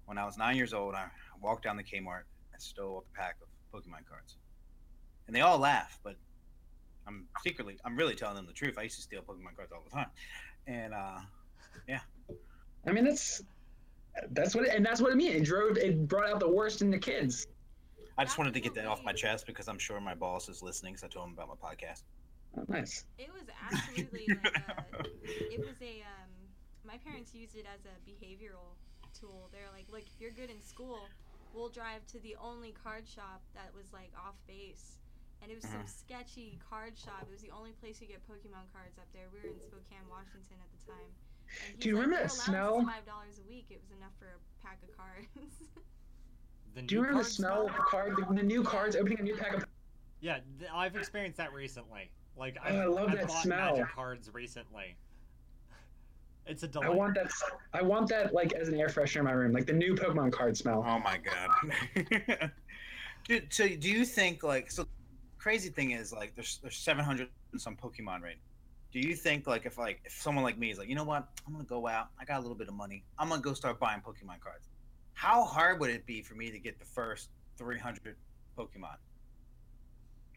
[SPEAKER 1] When I was nine years old, I walked down the Kmart and stole a pack of Pokemon cards, and they all laugh. But I'm secretly, I'm really telling them the truth. I used to steal Pokemon cards all the time, and uh,
[SPEAKER 2] I mean, that's that's what it, and that's what it mean. It drove, it brought out the worst in the kids.
[SPEAKER 1] I just wanted to get that off my chest because I'm sure my boss is listening. So I told him about my podcast.
[SPEAKER 2] Oh, nice.
[SPEAKER 4] It was absolutely like a, it was a um, my parents used it as a behavioral tool. They're like, look, if you're good in school, we'll drive to the only card shop that was like off base, and it was some
[SPEAKER 3] Mm-hmm.
[SPEAKER 4] sketchy card shop. It was the only place you get Pokemon cards up there. We were in Spokane, Washington at the time. And he's
[SPEAKER 2] Do you
[SPEAKER 4] like,
[SPEAKER 2] remember
[SPEAKER 4] "Your
[SPEAKER 2] that
[SPEAKER 4] allowance is
[SPEAKER 2] smell?
[SPEAKER 4] Five dollars a week. It was enough for a pack of cards.
[SPEAKER 3] The
[SPEAKER 2] Do you
[SPEAKER 3] new
[SPEAKER 2] remember the
[SPEAKER 3] card
[SPEAKER 2] smell of the card, the, the new cards, opening a new pack of?
[SPEAKER 3] Yeah, th- I've experienced that recently. Like
[SPEAKER 2] Oh,
[SPEAKER 3] I've,
[SPEAKER 2] I love
[SPEAKER 3] I've
[SPEAKER 2] that
[SPEAKER 3] bought
[SPEAKER 2] smell.
[SPEAKER 3] magic cards recently. It's a
[SPEAKER 2] I
[SPEAKER 3] delight.
[SPEAKER 2] want that. s- I want that like as an air freshener in my room, like the new Pokemon card smell.
[SPEAKER 1] Oh my god. Dude, so do you think like so crazy thing is like there's there's 700 and some Pokemon right now. Do you think like if like if someone like me is like, "You know what? I'm going to go out. I got a little bit of money. I'm going to go start buying Pokemon cards." How hard would it be for me to get the first 300 Pokemon?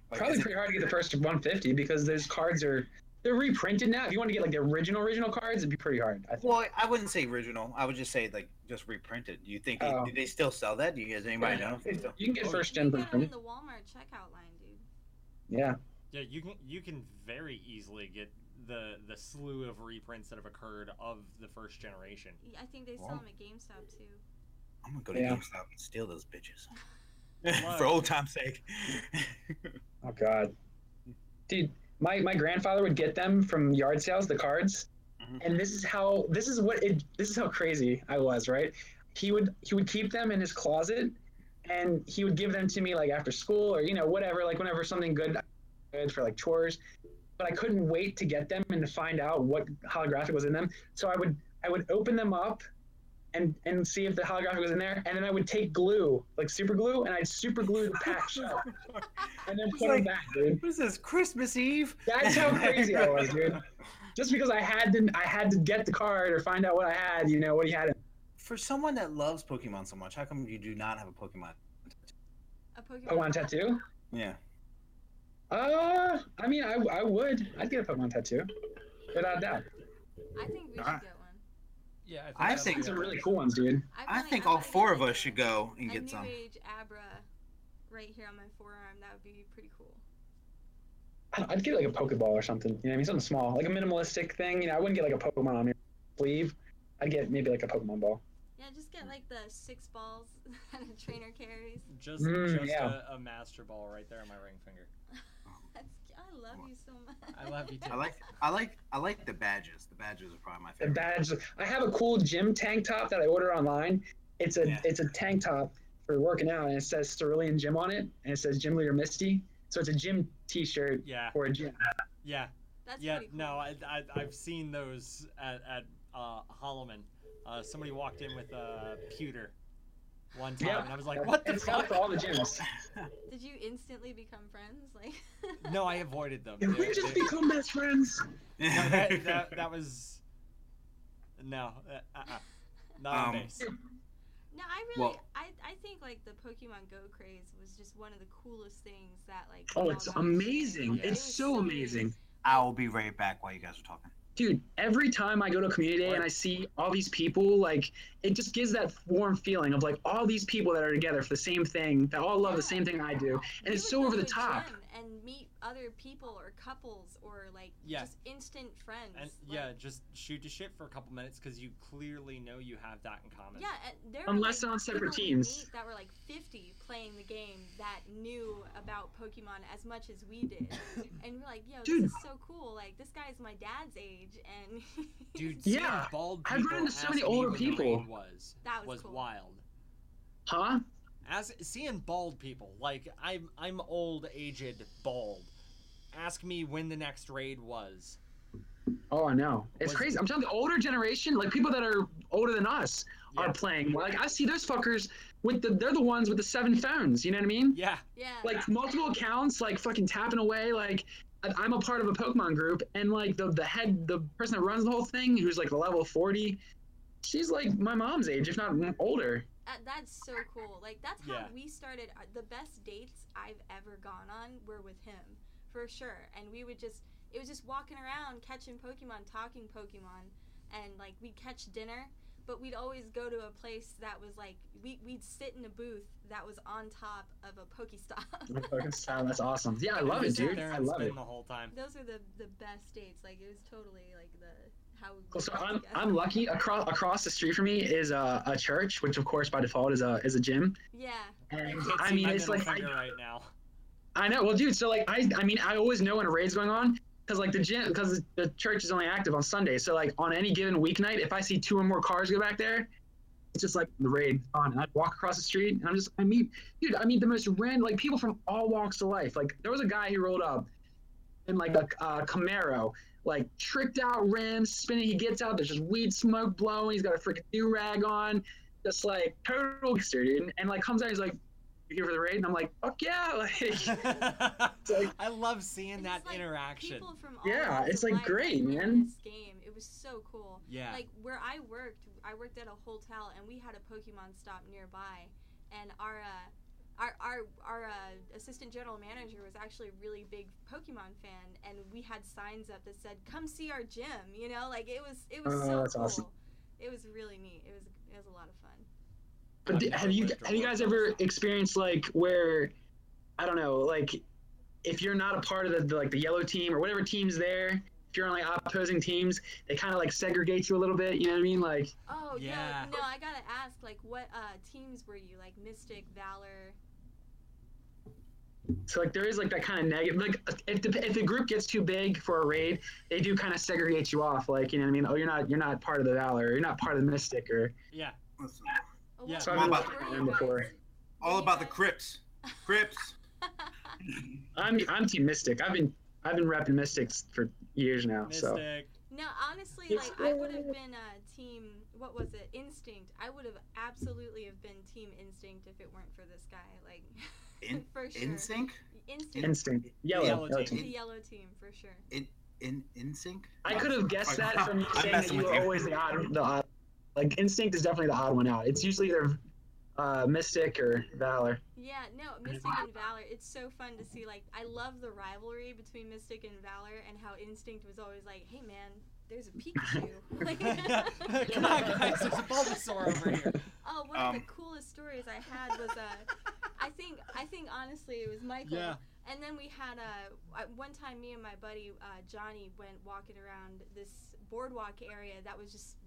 [SPEAKER 1] Like,
[SPEAKER 2] Probably
[SPEAKER 1] is it-
[SPEAKER 2] pretty hard to get the first 150 because those cards are They're reprinted now. If you want to get like the original original cards, it'd be pretty hard. I think.
[SPEAKER 1] Well, I wouldn't say original. I would just say like just reprinted. Do you think
[SPEAKER 2] Oh.
[SPEAKER 1] they, do they still sell that? Do you guys anybody know? if they still-
[SPEAKER 2] you can get
[SPEAKER 1] Oh,
[SPEAKER 2] first
[SPEAKER 4] You
[SPEAKER 2] gen
[SPEAKER 4] can get 'em in
[SPEAKER 2] reprinted.
[SPEAKER 4] the Walmart checkout line, dude.
[SPEAKER 2] Yeah.
[SPEAKER 3] Yeah, you can you can very easily get the the slew of reprints that have occurred of the first generation.
[SPEAKER 4] Y- I think they sell
[SPEAKER 1] Wow.
[SPEAKER 4] them at GameStop too.
[SPEAKER 1] I'm gonna go to
[SPEAKER 2] Yeah.
[SPEAKER 1] GameStop and steal those bitches
[SPEAKER 3] Why?
[SPEAKER 1] for old time's sake.
[SPEAKER 2] Oh God, dude, my my grandfather would get them from yard sales, the cards,
[SPEAKER 1] Mhm.
[SPEAKER 2] and this is how this is what it this is how crazy I was, right? He would he would keep them in his closet, and he would give them to me like after school or you know whatever, like whenever something good good for like chores. But I couldn't wait to get them and to find out what holographic was in them. So I would I would open them up. And, and see if the holographic was in there, and then I would take glue, like super glue, and I'd super glue the pack shut, and then put them
[SPEAKER 1] Like-
[SPEAKER 2] back, dude.
[SPEAKER 1] This oh. is Christmas Eve.
[SPEAKER 2] That's how crazy I was, dude. Just because I had to, I had to get the card or find out what I had, you know, what he had. In.
[SPEAKER 1] For someone that loves Pokemon so much, how come you do not have a Pokemon?
[SPEAKER 4] A Pokemon,
[SPEAKER 2] Pokemon tattoo?
[SPEAKER 1] Yeah.
[SPEAKER 2] Uh, I mean, I, I would, I'd get a Pokemon tattoo, without a doubt.
[SPEAKER 4] I think we should
[SPEAKER 1] Alright.
[SPEAKER 4] get one.
[SPEAKER 3] Yeah,
[SPEAKER 1] I
[SPEAKER 3] that'd
[SPEAKER 1] think
[SPEAKER 3] be
[SPEAKER 2] These are
[SPEAKER 3] a-
[SPEAKER 2] really cool ones, dude.
[SPEAKER 1] I
[SPEAKER 4] really-
[SPEAKER 1] think
[SPEAKER 4] I
[SPEAKER 1] all
[SPEAKER 4] wanna get,
[SPEAKER 1] four of
[SPEAKER 4] like,
[SPEAKER 1] us should go and
[SPEAKER 4] a
[SPEAKER 1] get
[SPEAKER 4] new
[SPEAKER 1] some.
[SPEAKER 4] age Abra right here on my forearm. That would be pretty cool.
[SPEAKER 2] I- I'd get like a Pokeball or something. You know, what I mean, something small, like a minimalistic thing. You know, I wouldn't get like a Pokemon on your sleeve. I'd get maybe like a Pokemon ball.
[SPEAKER 4] Yeah, just get like the six balls that a trainer carries.
[SPEAKER 3] Just,
[SPEAKER 2] Mm,
[SPEAKER 3] just
[SPEAKER 2] yeah.
[SPEAKER 3] a, a master ball right there on my ring finger.
[SPEAKER 4] That's, cu- I love you so much.
[SPEAKER 3] I love you too.
[SPEAKER 1] I like I like I like the badges. The badges are probably my
[SPEAKER 2] The
[SPEAKER 1] favorite.
[SPEAKER 2] badge. I have a cool gym tank top that I ordered online. It's a
[SPEAKER 1] Yeah.
[SPEAKER 2] it's a tank top for working out, and it says Cerulean Gym on it, and it says Gym Leader Misty. So it's a gym T-shirt
[SPEAKER 3] Yeah,
[SPEAKER 2] for a gym.
[SPEAKER 3] yeah,
[SPEAKER 4] That's
[SPEAKER 3] yeah.
[SPEAKER 4] pretty cool.
[SPEAKER 3] No, I, I I've seen those at at uh, Holloman. Uh, somebody walked in with a pewter one time,
[SPEAKER 2] Yeah.
[SPEAKER 3] and I was like, "What the
[SPEAKER 2] it's not
[SPEAKER 3] fuck?"
[SPEAKER 2] for all the gyms.
[SPEAKER 4] Did you instantly become friends? Like.
[SPEAKER 3] No, I avoided them.
[SPEAKER 2] If we
[SPEAKER 3] They're-
[SPEAKER 2] just
[SPEAKER 3] they're-
[SPEAKER 2] become best friends.
[SPEAKER 3] No, that, that, that was no, uh, uh-uh. not on
[SPEAKER 1] Um,
[SPEAKER 3] base.
[SPEAKER 4] No, I really,
[SPEAKER 1] Well-
[SPEAKER 4] I, I think like the Pokemon Go craze was just one of the coolest things that like.
[SPEAKER 2] Oh,
[SPEAKER 4] we
[SPEAKER 2] it's
[SPEAKER 4] all got to share.
[SPEAKER 2] amazing!
[SPEAKER 4] It
[SPEAKER 2] It's
[SPEAKER 4] was
[SPEAKER 2] so
[SPEAKER 4] neat.
[SPEAKER 2] amazing,
[SPEAKER 1] I'll be right back while you guys are talking.
[SPEAKER 2] dude. Every time I go to community day and I see all these people, like it just gives that warm feeling of like all these people that are together for the same thing, that all love the same thing I do,
[SPEAKER 4] We
[SPEAKER 2] and it's
[SPEAKER 4] would
[SPEAKER 2] so
[SPEAKER 4] go
[SPEAKER 2] over
[SPEAKER 4] to
[SPEAKER 2] the
[SPEAKER 4] a
[SPEAKER 2] top.
[SPEAKER 4] gym And meet other people or couples or like
[SPEAKER 3] Yeah.
[SPEAKER 4] just instant friends.
[SPEAKER 3] And
[SPEAKER 4] like-
[SPEAKER 3] yeah, just shoot to shit for a couple minutes because you clearly know you have that in common.
[SPEAKER 4] Yeah, and there
[SPEAKER 2] Unless
[SPEAKER 4] were,
[SPEAKER 2] they're
[SPEAKER 4] like,
[SPEAKER 2] on separate
[SPEAKER 4] people we
[SPEAKER 2] teams.
[SPEAKER 4] meet That were like 50 playing the game that knew about Pokemon as much as we did, and we're like, "Yo,
[SPEAKER 2] Dude.
[SPEAKER 4] this is so cool! Like this guy's my dad's age, and
[SPEAKER 3] Dude,
[SPEAKER 2] Yeah,
[SPEAKER 3] seeing bald
[SPEAKER 2] I've run
[SPEAKER 3] people
[SPEAKER 2] into so many
[SPEAKER 3] ask me
[SPEAKER 2] older
[SPEAKER 3] when the raid
[SPEAKER 2] people.
[SPEAKER 3] Was
[SPEAKER 4] That was cool.
[SPEAKER 3] wild.
[SPEAKER 2] Huh?
[SPEAKER 3] As seeing bald people, like I'm, I'm old, aged, bald. Ask me when the next raid was.
[SPEAKER 2] Oh, I know. It's
[SPEAKER 3] Was-
[SPEAKER 2] crazy. I'm telling you, the older generation, like people that are older than us,
[SPEAKER 3] Yeah.
[SPEAKER 2] are playing. Like I see those fuckers with the they're the ones with the seven phones. You know what I mean?
[SPEAKER 3] Yeah,
[SPEAKER 4] yeah,
[SPEAKER 2] Like multiple accounts, like fucking tapping away. Like I- I'm a part of a Pokemon group, and like the the head, the person that runs the whole thing, who's like level forty, she's like my mom's age, if not older.
[SPEAKER 4] Uh, that's so cool. Like that's how
[SPEAKER 3] Yeah.
[SPEAKER 4] we started. uh, The best dates I've ever gone on were with him, for sure. And we would just, it was just walking around, catching Pokemon, talking Pokemon, and like we'd catch dinner. But we'd always go to a place that was like we we'd sit in a booth that was on top of a Pokestop.
[SPEAKER 2] I'm fucking style. That's awesome. Yeah, I
[SPEAKER 3] And
[SPEAKER 2] love
[SPEAKER 3] you
[SPEAKER 2] it,
[SPEAKER 3] sit
[SPEAKER 2] dude.
[SPEAKER 3] there
[SPEAKER 2] I
[SPEAKER 3] and
[SPEAKER 2] love
[SPEAKER 3] spin
[SPEAKER 2] it.
[SPEAKER 3] The whole time.
[SPEAKER 4] Those are the the best dates. Like it was totally like the how. we
[SPEAKER 2] Cool. So
[SPEAKER 4] got
[SPEAKER 2] I'm,
[SPEAKER 4] together.
[SPEAKER 2] I'm lucky. Across across the street from me is a, a church, which of course by default is a is a gym.
[SPEAKER 4] Yeah.
[SPEAKER 2] And
[SPEAKER 3] You can't
[SPEAKER 2] I
[SPEAKER 3] see
[SPEAKER 2] mean,
[SPEAKER 3] my
[SPEAKER 2] it's
[SPEAKER 3] middle
[SPEAKER 2] like I
[SPEAKER 3] finger right now.
[SPEAKER 2] I know. Well, dude, so like I, I mean, I always know when a raid's going on because like the gym, because the church is only active on Sunday. So like on any given weeknight, if I see two or more cars go back there, it's just like the raid on. And I walk across the street and I'm just, I mean, dude, I mean the most random, like people from all walks of life. Like there was a guy who rolled up in like a uh, Camaro, like tricked out rims, spinning. He gets out, there's just weed smoke blowing. He's got a freaking do rag on, just like total gangster, dude. And like comes out, he's like, "You here for the raid?" And I'm like, "Fuck yeah!" Like. like-
[SPEAKER 3] I love seeing
[SPEAKER 4] It's
[SPEAKER 3] that
[SPEAKER 4] just, like,
[SPEAKER 3] interaction.
[SPEAKER 4] People from all
[SPEAKER 2] Yeah,
[SPEAKER 4] walks
[SPEAKER 2] it's,
[SPEAKER 4] of
[SPEAKER 2] like,
[SPEAKER 4] life
[SPEAKER 2] great,
[SPEAKER 4] were in
[SPEAKER 2] man.
[SPEAKER 4] This game, it was so cool.
[SPEAKER 3] yeah.
[SPEAKER 4] Like where I worked, I worked at a hotel and we had a Pokemon stop nearby, and our uh, our our our uh, assistant general manager was actually a really big Pokemon fan, and we had signs up that said "Come see our gym." You know, like it was it was
[SPEAKER 2] Oh,
[SPEAKER 4] so
[SPEAKER 2] that's
[SPEAKER 4] cool.
[SPEAKER 2] awesome.
[SPEAKER 4] It was really neat. It was it was a lot of fun.
[SPEAKER 2] But d- have you have you guys ever experienced like where I don't know, like if you're not a part of the, the like the yellow team or whatever team's there, if you're on like opposing teams, they kind of like segregate you a little bit. You know what I mean? Like
[SPEAKER 4] Oh
[SPEAKER 3] Yeah.
[SPEAKER 4] yeah. No, I gotta ask. Like, what uh, teams were you? Like Mystic, Valor.
[SPEAKER 2] so like there is like that kind of negative. Like if the if the group gets too big for a raid, they do kind of segregate you off. Like you know what I mean? Oh, you're not you're not part of the Valor. Or you're not part of the Mystic. Or
[SPEAKER 3] Yeah.
[SPEAKER 1] Listen,
[SPEAKER 4] Oh,
[SPEAKER 3] Yeah.
[SPEAKER 4] what
[SPEAKER 2] So
[SPEAKER 4] teams
[SPEAKER 2] I've been
[SPEAKER 4] were
[SPEAKER 2] looking
[SPEAKER 4] you
[SPEAKER 2] at them before.
[SPEAKER 4] guys?
[SPEAKER 1] all
[SPEAKER 4] Were you
[SPEAKER 1] about the
[SPEAKER 4] guys-
[SPEAKER 1] Crips. Crips.
[SPEAKER 2] I'm I'm Team Mystic. I've been I've been repping Mystics for years now. So
[SPEAKER 3] Mystic.
[SPEAKER 4] No, honestly,
[SPEAKER 2] Yes,
[SPEAKER 4] like I would have
[SPEAKER 2] sir.
[SPEAKER 4] been uh, team. What was it? Instinct. I would have absolutely have been team Instinct if it weren't for this guy. Like,
[SPEAKER 1] In-
[SPEAKER 4] for sure.
[SPEAKER 1] In sync.
[SPEAKER 4] Instinct.
[SPEAKER 2] instinct yellow.
[SPEAKER 3] Yellow
[SPEAKER 2] yellow team.
[SPEAKER 3] team.
[SPEAKER 4] The yellow team for sure.
[SPEAKER 1] In in sync.
[SPEAKER 2] I could have guessed that from you
[SPEAKER 1] I'm
[SPEAKER 2] saying that
[SPEAKER 1] messing
[SPEAKER 2] you
[SPEAKER 1] with
[SPEAKER 2] were
[SPEAKER 1] you.
[SPEAKER 2] always the odd, the odd. Like instinct is definitely the odd one out. It's usually either uh, mystic or valor.
[SPEAKER 4] Yeah, no, Mystic and Valor. It's so fun to see. Like, I love the rivalry between Mystic and Valor, and how Instinct was always like, "Hey, man, there's a Pikachu." Like-
[SPEAKER 3] Come on, guys. There's a Bulbasaur over here.
[SPEAKER 4] Oh, one of
[SPEAKER 1] Um.
[SPEAKER 4] the coolest stories I had was uh, I think I think honestly it was Michael.
[SPEAKER 3] Yeah.
[SPEAKER 4] And then we had uh, at one time me and my buddy uh, Johnny went walking around this boardwalk area that was just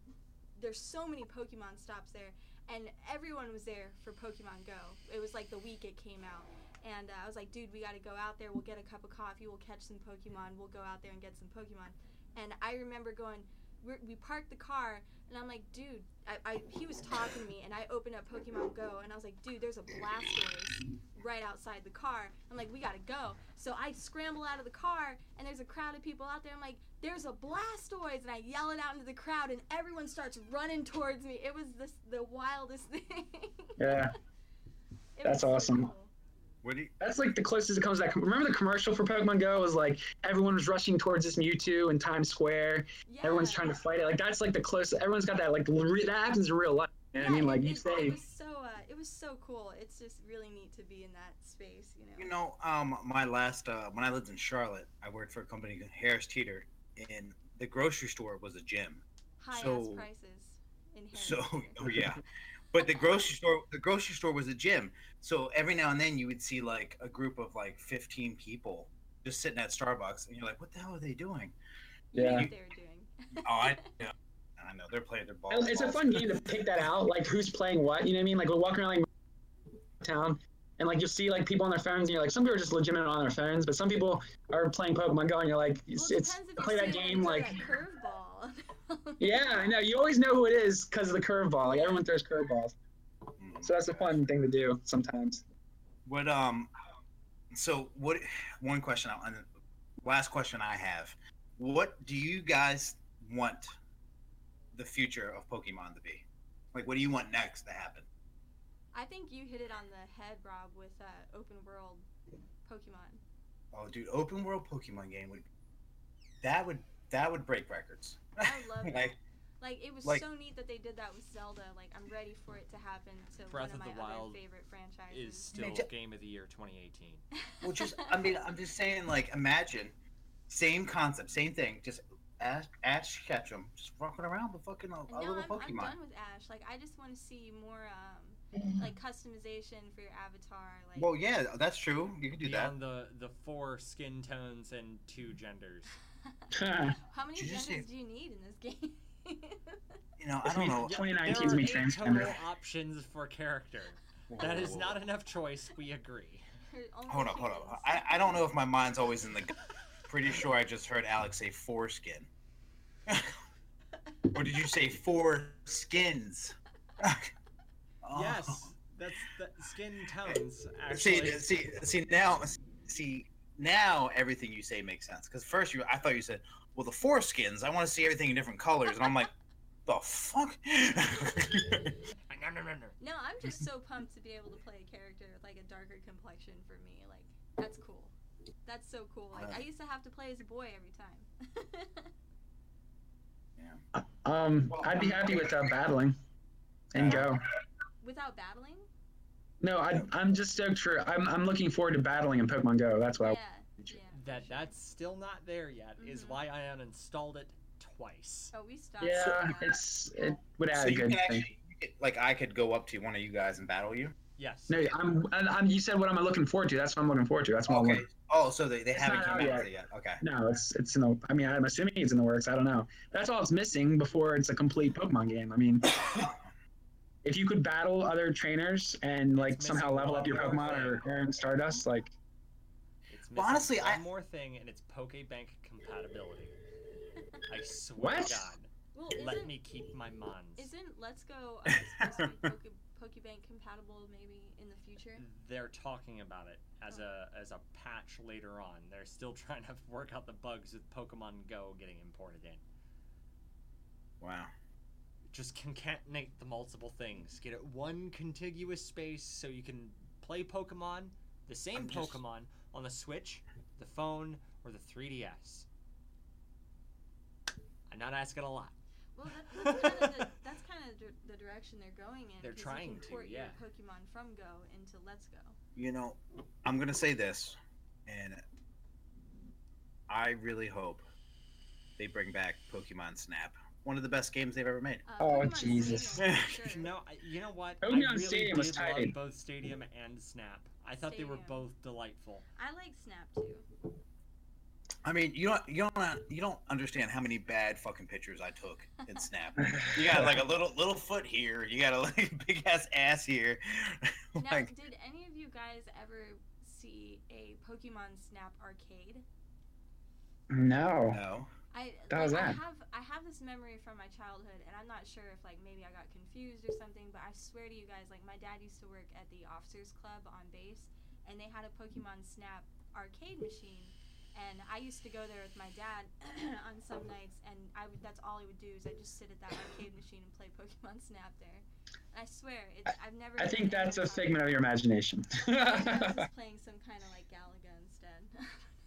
[SPEAKER 4] there's so many Pokemon stops there, and everyone was there for Pokemon Go. It was like the week it came out. And uh, I was like, dude, we got to go out there. We'll get a cup of coffee. We'll catch some Pokemon. We'll go out there and get some Pokemon. And I remember going, we're, we parked the car, and I'm like, dude, I, I, he was talking to me, and I opened up Pokemon Go, and I was like, dude, there's a Blastoise right outside the car. I'm like, we gotta go. So I scramble out of the car, and there's a crowd of people out there. I'm like, there's a Blastoise, and I yell it out into the crowd, and everyone starts running towards me. It was this the wildest thing.
[SPEAKER 2] Yeah,
[SPEAKER 4] It
[SPEAKER 2] That's
[SPEAKER 4] was so
[SPEAKER 2] awesome.
[SPEAKER 4] cool.
[SPEAKER 1] What do you?
[SPEAKER 2] that's like the closest it comes. To that remember the commercial for Pokemon Go was like everyone was rushing towards this Mewtwo in Times Square.
[SPEAKER 4] Yeah.
[SPEAKER 2] Everyone's trying to fight it. Like that's like the closest. Everyone's got that like re- that happens in real life. You know what I mean,
[SPEAKER 4] it-
[SPEAKER 2] like you
[SPEAKER 4] it, it
[SPEAKER 2] say,
[SPEAKER 4] was so uh, it was so cool. It's just really neat to be in that space, you know.
[SPEAKER 1] You know, um, my last uh, when I lived in Charlotte, I worked for a company Harris Teeter, and the grocery store was a gym.
[SPEAKER 4] High ass
[SPEAKER 1] so-
[SPEAKER 4] prices. In
[SPEAKER 1] So,
[SPEAKER 4] Harrisburg.
[SPEAKER 1] oh yeah, but the grocery store, the grocery store was a gym. So every now and then you would see like a group of like fifteen people just sitting at Starbucks, and you're like, what the hell are they doing?
[SPEAKER 4] You know
[SPEAKER 2] yeah.
[SPEAKER 4] what they were doing.
[SPEAKER 1] Oh, I know, I know, they're playing their balls.
[SPEAKER 2] Um, It's a
[SPEAKER 1] balls.
[SPEAKER 2] fun game to pick that out, like who's playing what. You know what I mean? Like we're walking around like town, and like you'll see like people on their phones, and you're like, some people are just legitimate on their phones, but some people are playing Pokemon Go, and you're like,
[SPEAKER 4] Well,
[SPEAKER 2] it's,
[SPEAKER 4] it
[SPEAKER 2] it's
[SPEAKER 4] depends if
[SPEAKER 2] play
[SPEAKER 4] you
[SPEAKER 2] that
[SPEAKER 4] see
[SPEAKER 2] game
[SPEAKER 4] him throw
[SPEAKER 2] like.
[SPEAKER 4] that curveball.
[SPEAKER 2] Yeah, I know. You always know who it is because of the curveball. Like everyone throws curveballs,
[SPEAKER 1] Mm.
[SPEAKER 2] so that's a fun thing to do sometimes.
[SPEAKER 1] What um, so what? One question. I- and Last question I have. What do you guys want the future of Pokemon to be? Like, what do you want next to happen?
[SPEAKER 4] I think you hit it on the head, Rob, with uh, open world Pokemon.
[SPEAKER 1] Oh, dude, open world Pokemon game would that would that would break records.
[SPEAKER 4] I love that.
[SPEAKER 1] Like-
[SPEAKER 4] Like it was
[SPEAKER 1] like-
[SPEAKER 4] so neat that they did that with Zelda. Like I'm ready for it to happen to
[SPEAKER 3] Breath
[SPEAKER 4] one
[SPEAKER 3] of
[SPEAKER 4] of,
[SPEAKER 3] the
[SPEAKER 4] my other
[SPEAKER 3] Wild
[SPEAKER 4] favorite
[SPEAKER 3] Is
[SPEAKER 4] franchises.
[SPEAKER 2] uh,
[SPEAKER 3] still
[SPEAKER 1] ju-
[SPEAKER 3] game of the year 2018.
[SPEAKER 1] Well, just I mean, I'm just saying, like, imagine same concept, same thing, just Ash, Ash Ketchum just walking around with fucking a, a
[SPEAKER 4] no,
[SPEAKER 1] little
[SPEAKER 4] I'm, I'm
[SPEAKER 1] Pokemon.
[SPEAKER 4] done with Ash. Like I just want to see more um, like customization for your avatar. Like
[SPEAKER 1] Well, yeah, that's true. You can do that.
[SPEAKER 3] Beyond the the four skin tones and two genders.
[SPEAKER 4] how many
[SPEAKER 1] Did you just
[SPEAKER 4] genders do you need in this game?
[SPEAKER 1] You know, I
[SPEAKER 2] It's
[SPEAKER 1] don't
[SPEAKER 2] me-
[SPEAKER 1] know.
[SPEAKER 2] 2019's me
[SPEAKER 3] there are eight total
[SPEAKER 2] transgender.
[SPEAKER 3] options for character. That is not enough choice. We agree.
[SPEAKER 4] Or only
[SPEAKER 1] Hold up, hold up.
[SPEAKER 4] humans?
[SPEAKER 1] I, I don't know if my mind's always in the. gu- Pretty sure I just heard Alex say foreskin. or did you say four skins? Oh.
[SPEAKER 3] Yes, that's the skin tones. Actually,
[SPEAKER 1] See, see, see now, see now, everything you say makes sense. Because first, you, I thought you said, "Well, the foreskins. I want to see everything in different colors," and I'm like, "The fuck."
[SPEAKER 3] No, no, no, no.
[SPEAKER 4] No, I'm just so pumped to be able to play a character with like a darker complexion for me. Like that's cool. That's so cool. Like I used to have to play as a boy every time.
[SPEAKER 2] Um, I'd be happy with uh, battling and go.
[SPEAKER 4] Without battling?
[SPEAKER 2] No, I, I'm just stoked for. I'm, I'm looking forward to battling in Pokemon Go. That's why.
[SPEAKER 4] Yeah, yeah.
[SPEAKER 3] That that's still not there yet is
[SPEAKER 4] Mhm.
[SPEAKER 3] why I uninstalled it twice.
[SPEAKER 4] Oh, we stopped.
[SPEAKER 2] Yeah,
[SPEAKER 4] doing that.
[SPEAKER 2] it's it would add
[SPEAKER 1] So
[SPEAKER 2] a
[SPEAKER 1] you
[SPEAKER 2] good
[SPEAKER 1] can
[SPEAKER 2] thing.
[SPEAKER 1] actually, you could- like, I could go up to one of you guys and battle you.
[SPEAKER 3] Yes.
[SPEAKER 2] No, I'm, I'm, I'm. You said what I'm looking forward to. That's what I'm looking forward to. That's what. I'm
[SPEAKER 1] Okay.
[SPEAKER 2] looking-
[SPEAKER 1] Oh, so they, they
[SPEAKER 2] It's
[SPEAKER 1] haven't
[SPEAKER 2] not
[SPEAKER 1] come
[SPEAKER 2] out
[SPEAKER 1] out
[SPEAKER 2] yet.
[SPEAKER 1] with it yet. Okay.
[SPEAKER 2] No, it's it's in the. I mean, I'm assuming it's in the works. I don't know. That's all it's missing before it's a complete Pokemon game. I mean, if you could battle other trainers and like
[SPEAKER 3] It's
[SPEAKER 2] somehow
[SPEAKER 3] missing
[SPEAKER 2] level up your
[SPEAKER 3] one more
[SPEAKER 2] Pokemon or
[SPEAKER 3] thing.
[SPEAKER 2] earn Stardust, like
[SPEAKER 3] It's
[SPEAKER 1] Well, honestly,
[SPEAKER 3] one
[SPEAKER 1] I-
[SPEAKER 3] more thing, and it's PokeBank compatibility. I swear
[SPEAKER 2] What?
[SPEAKER 3] to God,
[SPEAKER 4] Well,
[SPEAKER 3] let
[SPEAKER 4] isn't,
[SPEAKER 3] me keep my mons.
[SPEAKER 4] isn't Let's Go uh, supposed to be Poke, Pokebank compatible maybe in the future?
[SPEAKER 3] They're talking about it as a as a patch later on. They're still trying to work out the bugs with Pokemon Go getting imported in.
[SPEAKER 1] Wow.
[SPEAKER 3] Just concatenate the multiple things. Get it one contiguous space so you can play Pokemon, the same
[SPEAKER 1] I'm just-
[SPEAKER 3] Pokemon on the Switch, the phone, or the 3DS. I'm not asking a lot.
[SPEAKER 4] Well, that, that's kind of the, that's kind of the, the direction they're going in.
[SPEAKER 3] They're
[SPEAKER 4] 'cause
[SPEAKER 3] trying
[SPEAKER 4] you
[SPEAKER 3] to,
[SPEAKER 4] can port
[SPEAKER 3] yeah.
[SPEAKER 4] Your Pokemon from Go into Let's Go.
[SPEAKER 1] You know, I'm gonna say this, and I really hope they bring back Pokemon Snap, one of the best games they've ever made.
[SPEAKER 4] Uh,
[SPEAKER 2] Oh,
[SPEAKER 4] Pokemon
[SPEAKER 2] Jesus.
[SPEAKER 4] Stadium, for sure.
[SPEAKER 3] No, I, you know what? I
[SPEAKER 2] Pokemon
[SPEAKER 3] really
[SPEAKER 2] Oh, Stadium was
[SPEAKER 3] did love
[SPEAKER 2] tight.
[SPEAKER 3] both Stadium and Snap. I thought they were
[SPEAKER 4] Stadium.
[SPEAKER 3] both delightful.
[SPEAKER 4] I like Snap too.
[SPEAKER 1] I mean, you don't, you don't, you don't understand how many bad fucking pictures I took in Snap. you got like a little little foot here. You got a like, big ass ass here.
[SPEAKER 4] Now,
[SPEAKER 1] like,
[SPEAKER 4] did any of you guys ever see a Pokemon Snap arcade?
[SPEAKER 2] no.
[SPEAKER 1] no.
[SPEAKER 4] I
[SPEAKER 2] The
[SPEAKER 4] like,
[SPEAKER 2] hell's
[SPEAKER 4] I
[SPEAKER 2] that?
[SPEAKER 4] have I have this memory from my childhood, and I'm not sure if like maybe I got confused or something, but I swear to you guys, like my dad used to work at the officers club on base, and they had a Pokemon Snap arcade machine, and I used to go there with my dad on some nights, and I would that's all I would do is I just sit at that arcade machine and play Pokemon Snap there. And I swear, it's, I've never.
[SPEAKER 2] I
[SPEAKER 4] done
[SPEAKER 2] think
[SPEAKER 4] any
[SPEAKER 2] that's a
[SPEAKER 4] other
[SPEAKER 2] figment of your imagination.
[SPEAKER 4] I think I was just playing some kind of like Galaga instead.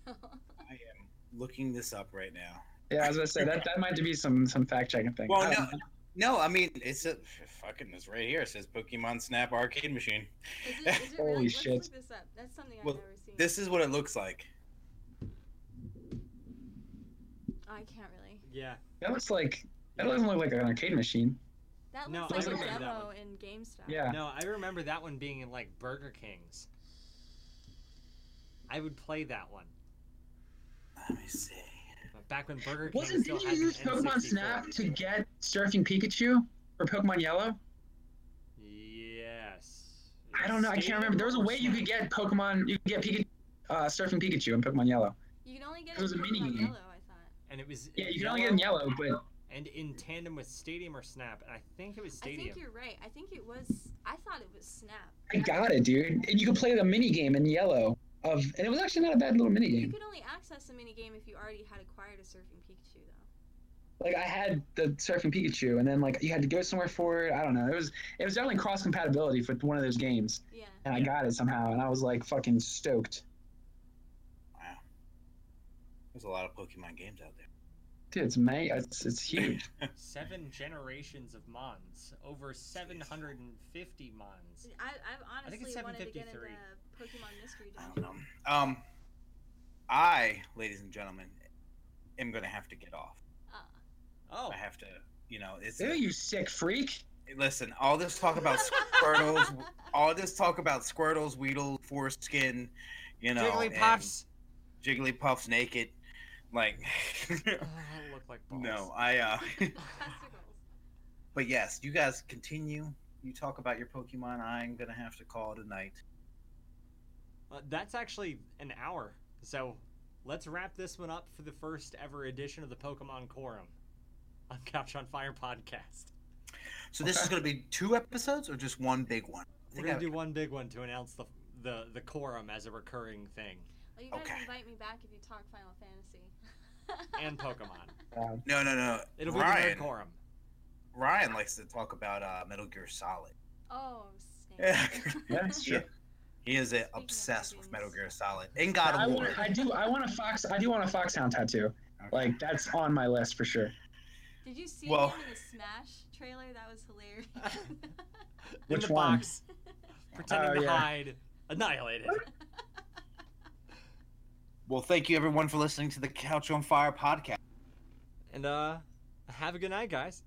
[SPEAKER 4] I don't know.
[SPEAKER 1] I am looking this up right now.
[SPEAKER 2] Yeah, I was gonna say that that might be some some fact checking thing. Oh,
[SPEAKER 1] Well,
[SPEAKER 2] I don't
[SPEAKER 1] no. No, I mean it's a fucking it's right here. It says Pokemon Snap arcade machine.
[SPEAKER 4] Is it, is it
[SPEAKER 2] Holy
[SPEAKER 4] really? Let's
[SPEAKER 2] shit.
[SPEAKER 4] look this up. That's something I've
[SPEAKER 1] Well,
[SPEAKER 4] never seen.
[SPEAKER 1] This is what it looks like.
[SPEAKER 4] Oh, I can't really.
[SPEAKER 3] Yeah.
[SPEAKER 2] That looks like that doesn't look like an arcade machine.
[SPEAKER 4] That
[SPEAKER 3] No,
[SPEAKER 4] looks
[SPEAKER 2] I
[SPEAKER 4] like a
[SPEAKER 2] remember
[SPEAKER 3] that
[SPEAKER 4] demo
[SPEAKER 3] one.
[SPEAKER 4] in GameStop.
[SPEAKER 2] Yeah.
[SPEAKER 3] No, I remember that one being in like Burger King's. I would play that one
[SPEAKER 1] Let me see.
[SPEAKER 3] back when Burger King
[SPEAKER 2] Wasn't
[SPEAKER 3] still
[SPEAKER 2] did you
[SPEAKER 3] had an
[SPEAKER 2] use Pokemon
[SPEAKER 3] N64.
[SPEAKER 2] Snap to get Surfing Pikachu or Pokemon Yellow?
[SPEAKER 3] Yes.
[SPEAKER 2] I don't know. I can't
[SPEAKER 3] Stadium
[SPEAKER 2] remember. There was a
[SPEAKER 3] or
[SPEAKER 2] way you could
[SPEAKER 3] Snap?
[SPEAKER 2] get Pokemon. You could get Pikachu, uh, Surfing Pikachu and Pokemon Yellow.
[SPEAKER 4] You can only get
[SPEAKER 2] It was
[SPEAKER 4] in
[SPEAKER 2] a mini
[SPEAKER 4] Pokemon
[SPEAKER 2] game.
[SPEAKER 4] Yellow, I thought.
[SPEAKER 3] And it was.
[SPEAKER 2] Yeah, you can only get in Yellow, but
[SPEAKER 3] And in tandem with Stadium or Snap, and I think it was
[SPEAKER 4] I
[SPEAKER 3] Stadium.
[SPEAKER 4] think you're right. I think it was. I thought it was Snap.
[SPEAKER 2] I got it, dude. And you could play the mini game in Yellow of, and it was actually not a bad little mini
[SPEAKER 4] You
[SPEAKER 2] game.
[SPEAKER 4] could only access the mini game if you already had acquired a Surfing Pikachu, though.
[SPEAKER 2] Like I had the Surfing Pikachu, and then like you had to go somewhere for it. I don't know. It was it was definitely cross compatibility for one of those games,
[SPEAKER 4] Yeah.
[SPEAKER 2] and I got it somehow, and I was like fucking stoked,
[SPEAKER 1] Wow. There's a lot of Pokemon games out there.
[SPEAKER 2] dude. It's May. It's it's huge.
[SPEAKER 3] Seven generations of Mons, over 750 Mons.
[SPEAKER 4] I, I've
[SPEAKER 3] I think
[SPEAKER 4] honestly
[SPEAKER 3] it's
[SPEAKER 4] wanted to get into
[SPEAKER 3] 753.
[SPEAKER 4] Pokemon Mystery
[SPEAKER 1] I don't
[SPEAKER 4] Dungeon.
[SPEAKER 1] know. Um, I, ladies and gentlemen, am gonna have to get off.
[SPEAKER 4] Uh,
[SPEAKER 3] Oh,
[SPEAKER 1] I have to, you know, it's
[SPEAKER 2] Ew, you sick freak.
[SPEAKER 1] listen. All this talk about Squirtles, all this talk about Squirtles, Weedle, foreskin, you know, and
[SPEAKER 3] Jigglypuffs.
[SPEAKER 1] Jigglypuffs naked, like.
[SPEAKER 3] Oh, look like balls.
[SPEAKER 1] no, I. uh
[SPEAKER 4] Testicles.
[SPEAKER 1] But yes, you guys continue. You talk about your Pokemon. I'm gonna have to call it a night.
[SPEAKER 3] Uh, that's actually an hour. So let's wrap this one up for the first ever edition of the Pokemon Quorum on Couch on Fire podcast.
[SPEAKER 1] So this is
[SPEAKER 2] Okay.
[SPEAKER 1] gonna be two episodes or just one big one? I
[SPEAKER 3] We're
[SPEAKER 1] think
[SPEAKER 3] gonna
[SPEAKER 1] I-
[SPEAKER 3] do one big one to announce the the the quorum as a recurring thing
[SPEAKER 4] Well, Oh, you guys
[SPEAKER 1] Okay.
[SPEAKER 4] invite me back if you talk Final Fantasy.
[SPEAKER 3] and Pokemon.
[SPEAKER 2] Um,
[SPEAKER 1] No, no, no.
[SPEAKER 3] It'll be the third
[SPEAKER 1] Ryan.
[SPEAKER 3] quorum.
[SPEAKER 1] Ryan likes to talk about uh, Metal Gear Solid.
[SPEAKER 4] Oh, snap.
[SPEAKER 1] Yeah.
[SPEAKER 2] yeah, that's true.
[SPEAKER 1] He is uh,
[SPEAKER 4] Speaking of
[SPEAKER 1] obsessed with
[SPEAKER 4] games.
[SPEAKER 1] Metal Gear Solid and God
[SPEAKER 2] I,
[SPEAKER 1] of War.
[SPEAKER 2] want, I do. I want a fox. I do want a foxhound tattoo.
[SPEAKER 1] Okay.
[SPEAKER 2] Like that's on my list for sure.
[SPEAKER 4] Did you see
[SPEAKER 1] Well-
[SPEAKER 4] him in the Smash trailer? That was hilarious.
[SPEAKER 3] In
[SPEAKER 2] Which
[SPEAKER 3] the
[SPEAKER 2] one?
[SPEAKER 3] box. pretending to
[SPEAKER 2] yeah.
[SPEAKER 3] hide, annihilated.
[SPEAKER 1] Well, thank you everyone for listening to the Couch on Fire podcast.
[SPEAKER 5] And uh, have a good night, guys.